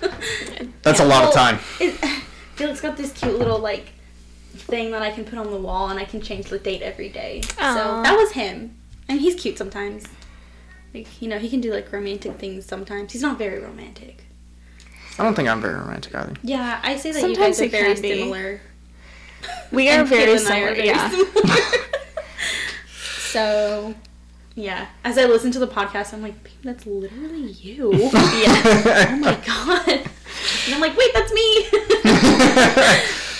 S1: That's a lot of
S2: Well,
S1: time.
S2: it- Felix got this cute little like thing that I can put on the wall and I can change the date every day. So
S4: Aw.
S2: that was him. And he's cute sometimes. Like you know, he can do like romantic things sometimes. He's not very romantic.
S1: I don't think I'm very romantic either.
S2: Yeah, I say that you
S4: Sometimes
S2: guys are
S4: it
S2: very
S4: can be.
S2: similar.
S4: We are
S2: And Kayla
S4: very
S2: and I
S4: similar.
S2: are very
S4: yeah.
S2: similar. so, yeah. As I listen to the podcast, I'm like, babe, that's literally you. yeah. Oh my god. And I'm like, wait, that's me.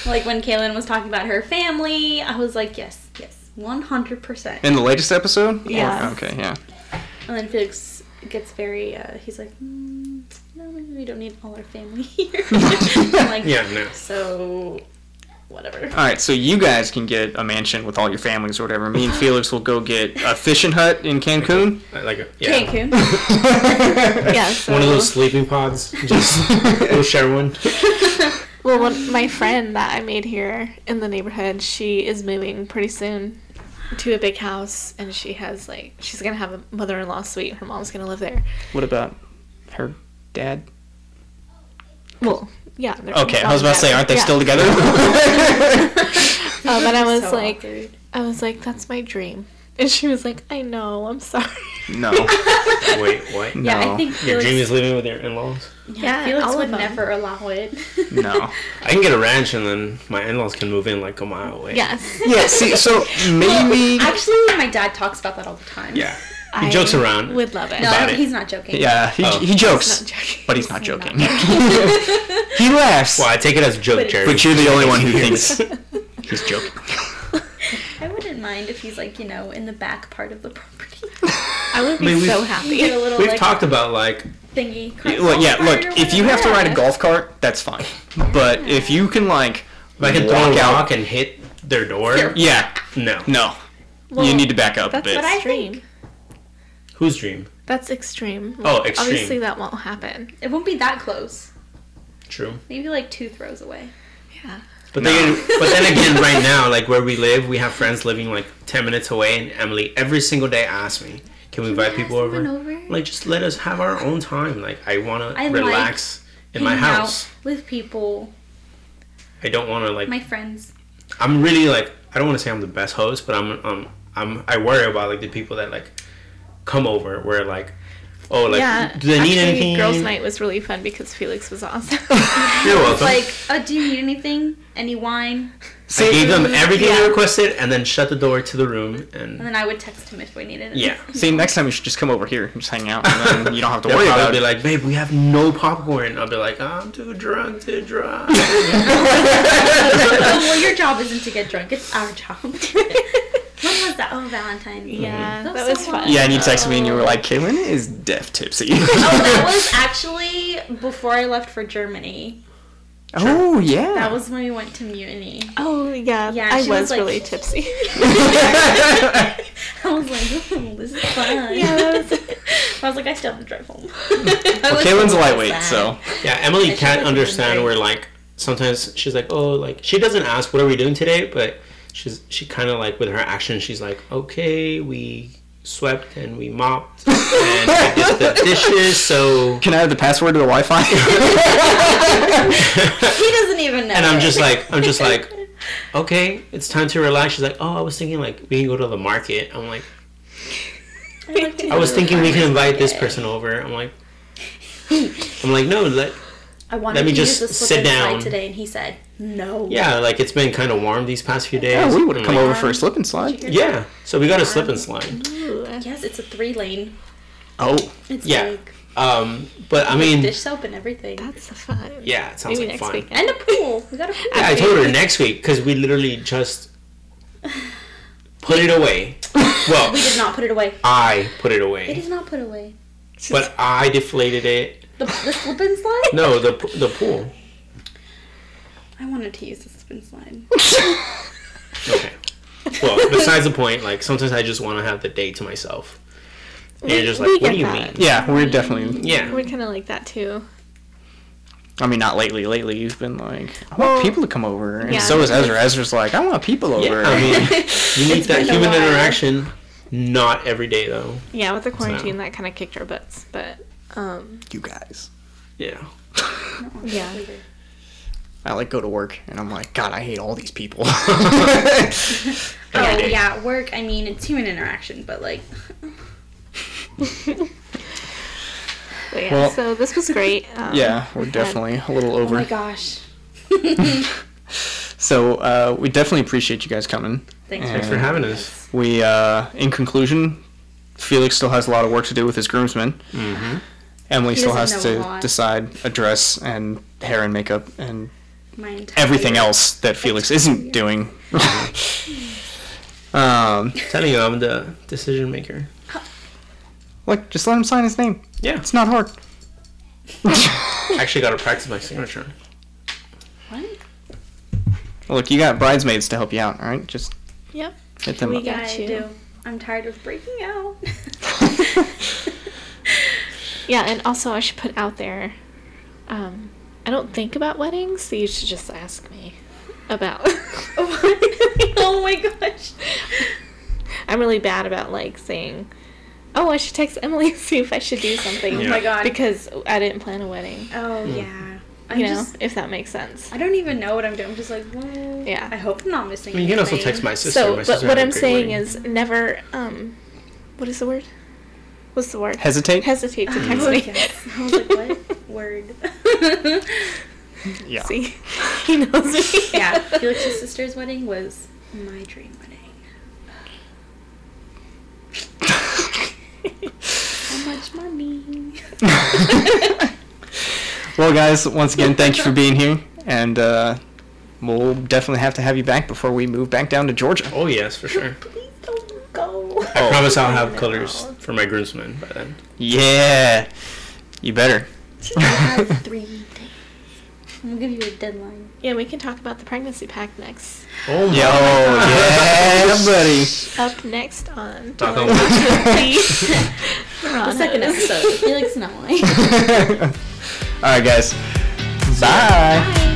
S2: like when Kaylin was talking about her family, I was like, yes, yes, 100%.
S1: In the latest episode? Or-
S4: Yeah.
S1: okay, yeah.
S2: And then Felix gets very, uh, he's like, mm, no, maybe we don't need all our family here. I'm like,
S3: Yeah, no. Uh,
S2: So, whatever.
S1: All right, so you guys can get a mansion with all your families or whatever. Me and Felix will go get a fishing hut in Cancun.
S3: I Like, a, yeah.
S2: Cancun.
S4: Yeah,
S3: One of
S4: so-
S3: those sleeping pods. Just we'll share one.
S4: Well, one, my friend that I made here in the neighborhood, she is moving pretty soon to a big house, and she has like she's gonna have a mother-in-law suite. Her mom's gonna live there.
S1: What about her dad?
S4: Well, yeah. they're-
S1: Okay, I was about to say, aren't they
S4: Yeah.
S1: still together?
S4: Um, and I was
S2: So
S4: like,
S2: awkward.
S4: I was like, that's my dream, and she was like, I know, I'm sorry.
S1: no.
S3: Wait, what?
S1: No.
S2: yeah, I think
S3: Your
S2: Felix,
S3: dream is living with your in-laws.
S4: Yeah,
S2: Felix
S4: all
S2: would
S4: of them.
S2: never allow it.
S1: No.
S3: I can get a ranch, and then my in-laws can move in like a mile away.
S4: Yes.
S1: Yeah, see, so maybe.
S2: Actually, my dad talks about that all the time.
S3: Yeah. He jokes
S4: I
S3: around.
S4: Would love it.
S2: No,
S3: About it.
S2: he's not joking.
S1: Yeah, he,
S3: Oh.
S1: he
S4: Not
S1: jokes,
S4: joking.
S1: but he's not joking.
S2: joking.
S1: he laughs,
S3: Well, I take it as a
S2: But
S3: joke,
S2: it-
S3: Jerry.
S1: but you're the only one who thinks he's joking.
S2: I wouldn't mind if he's like, you know, in the back part of the property.
S4: I would be
S3: mean, we've-
S4: so
S2: You get a
S4: happy.
S2: little
S3: We've
S2: like
S3: talked about like
S2: thingy.
S1: Yeah, Look, yeah,
S2: cart or
S1: look, if you have to
S2: whatever.
S1: ride a golf cart, that's fine. But if you can, like,
S3: if I can throw a
S1: walk
S3: rock
S1: out.
S3: and hit their door.
S2: Sure.
S1: Yeah,
S3: No.
S1: no. you need to back up a
S4: That's
S1: bit.
S2: what I
S4: extreme.
S2: think.
S3: Whose dream?
S4: That's extreme.
S3: Oh, extreme.
S4: Obviously, that won't happen.
S2: It won't be that close.
S3: True.
S2: Maybe like two throws away.
S4: Yeah.
S3: But then, but then again, right now, like where we live, we have friends living like ten minutes away, and Emily every single day asks me, "Can we invite
S2: I
S3: people
S2: ask
S3: over?
S2: someone over?
S3: Like, just let us have our own time. Like, I want
S2: I
S3: to
S2: like
S3: relax in my
S2: Hanging out
S3: house.
S2: with people,
S3: I don't want to like.
S2: my friends.
S3: I'm really like. I don't want to say I'm the best host, but I'm um I'm I worry about like the people that like come over where like Oh, like
S4: yeah.
S3: do they
S4: Actually,
S3: need anything?
S4: Girls' night was really fun because Felix was awesome.
S3: You're welcome.
S2: Like, oh, do you need anything? Any wine?
S3: I gave them
S4: Mm,
S3: everything
S4: yeah.
S3: they requested, and then shut the door to the room.
S2: And
S3: And
S2: then I would text him if we needed it.
S3: yeah,
S1: See, next time you should just come over here and just hang out, and then you don't have to
S3: they'll
S1: worry
S3: probably
S1: about
S3: be
S1: it.
S3: like, "Babe, we have no popcorn." I'll be like, "I'm too drunk, too drunk."
S2: well, your job isn't to get drunk. It's our job. when was that? Oh, Valentine's.
S4: yeah,
S2: That's
S4: that
S2: so
S4: was fun.
S2: wild.
S1: yeah, and you texted me and you were like, Caitlin is deaf tipsy.
S2: Oh, that was actually before I left for Germany.
S1: oh yeah.
S2: That was when we went to Mutiny.
S4: Oh yeah,
S2: Yeah,
S4: I
S2: she
S4: was,
S2: was like-
S4: really tipsy.
S2: I was like, oh, this is fun.
S4: Yeah, that was-
S2: I was like, I still have to drive home.
S1: well, Caitlin's lightweight, so
S3: Yeah, Emily
S2: I should
S3: can't
S2: have
S3: understand
S2: been
S3: where like sometimes she's like, oh, like she doesn't ask what are we doing today, but she's she kind of like with her action, she's like, okay, we swept and we mopped and I did the dishes, so
S1: can I have the password to the Wi-Fi?
S2: He doesn't even know.
S3: and I'm
S2: it.
S3: just like I'm just like, okay, it's time to relax. She's like, oh, I was thinking like we can go to the market. I'm like,
S2: I like to
S3: I was
S2: go.
S3: thinking we can invite this person over. I'm like, I'm like, no, let
S2: I wanted
S3: let me
S2: to
S3: just
S2: use the
S3: sit
S2: slip inside
S3: down.
S2: today, and he said no.
S3: yeah, like it's been kind of warm these past few days.
S1: yeah, we would
S3: I'm
S1: have come
S3: like,
S1: over for a slip and slide.
S3: Yeah, so we got a slip and slide.
S2: Yes, it's a three lane.
S1: Oh,
S2: It's
S3: Yeah.
S2: big.
S3: Um, but I mean,
S2: dish soap and everything.
S4: That's fun.
S3: yeah, it sounds
S4: Maybe
S3: like
S4: next
S3: fun.
S4: weekend.
S2: and a pool. We got a pool.
S3: Yeah, I told her next week because we literally just put it away. Well,
S2: We did not put it away.
S3: I put it
S2: It
S3: away,
S2: is not put away.
S3: but I deflated it.
S2: The, the slip and slide?
S3: No, the p- the pool.
S2: I wanted to use the slip and slide.
S3: Okay. Well, besides the point, like sometimes I just want to have the day to myself. And you're just like,
S4: we
S3: what
S4: get
S3: do you
S4: that.
S3: mean?
S1: yeah, we're definitely.
S3: Yeah.
S4: We kind of like that too.
S1: I mean, not lately. Lately, you've been like, I want
S4: Well,
S1: people to come over, and
S4: yeah.
S1: so is Ezra. Ezra's like, I want people over.
S3: Yeah, I mean, you need that
S2: been a
S3: human
S2: while.
S3: interaction. Not every day though.
S4: Yeah, with the quarantine, that kind of kicked our butts. But um,
S1: you guys.
S3: Yeah.
S4: yeah,
S1: I like go to work, and I'm like, God, I hate all these people.
S2: Oh,
S3: Every day.
S2: yeah, work. I mean, it's human interaction, but like,
S4: but yeah.
S1: Well-
S4: so this was great. Um,
S1: yeah, we're
S4: had-
S1: definitely a little
S2: oh
S1: over.
S2: my gosh.
S1: so uh, we definitely appreciate you guys coming.
S2: Thanks
S1: Thanks
S3: Thanks for having us.
S1: We, uh, in conclusion, Felix still has a lot of work to do with his groomsmen. Mm-hmm. Emily
S2: He
S1: still
S2: doesn't
S1: has
S2: know a
S1: to
S2: lot.
S1: decide a dress and hair and makeup and
S2: my entire
S1: everything else that Felix isn't doing. um,
S3: Telling you, I'm the decision maker.
S1: look, just let him sign his name.
S3: Yeah.
S1: It's not hard.
S3: I actually got to practice my signature.
S2: What?
S1: Look, you got bridesmaids to help you out, all right? Just
S4: Yep.
S1: hit them
S4: We
S1: up.
S4: got-
S2: Yeah, I
S4: you.
S2: do. I'm tired of breaking out.
S4: Yeah, and also I should put out there. Um, I don't think about weddings, so you should just ask me about.
S2: oh my gosh.
S4: I'm really bad about like saying, "Oh, I should text Emily and see if I should do something."
S2: Oh my god.
S4: Because I didn't plan a wedding.
S2: oh
S1: Hmm.
S2: yeah. I'm
S4: You know,
S2: just.
S4: if that makes sense.
S2: I don't even know what I'm doing. I'm just like, well,
S4: Yeah.
S2: I hope I'm not missing.
S3: I mean, you can also
S2: anything.
S3: text my sister.
S4: So,
S3: my
S4: but
S3: sister
S4: what
S3: had a
S4: I'm
S3: great
S4: saying
S3: wedding.
S4: is never. Um, what is the word? What's the word?
S1: Hesitate?
S4: Hesitate to text
S2: Oh,
S4: me.
S2: yes. I was like, what word?
S1: yeah.
S4: See, he knows me.
S2: yeah, Felix's sister's wedding was my dream wedding. How much money?
S1: Well, guys, once again, thank you for being here, and uh, we'll definitely have to have you back before we move back down to Georgia.
S3: Oh yes, for sure.
S2: Please don't go.
S1: Oh.
S3: I promise I'll have colors for my groomsmen by then.
S1: Yeah, you better.
S2: I have three days. I'm gonna give you a deadline.
S4: Yeah, we can talk about the pregnancy pack next.
S3: Oh my
S1: Yo, yeah, buddy.
S4: Up next on
S3: Talk
S4: Tell
S3: on
S4: Us
S3: what?
S4: What You Think.
S2: The second episode, Felix and Emily.
S1: All right, guys. Bye.
S2: Bye.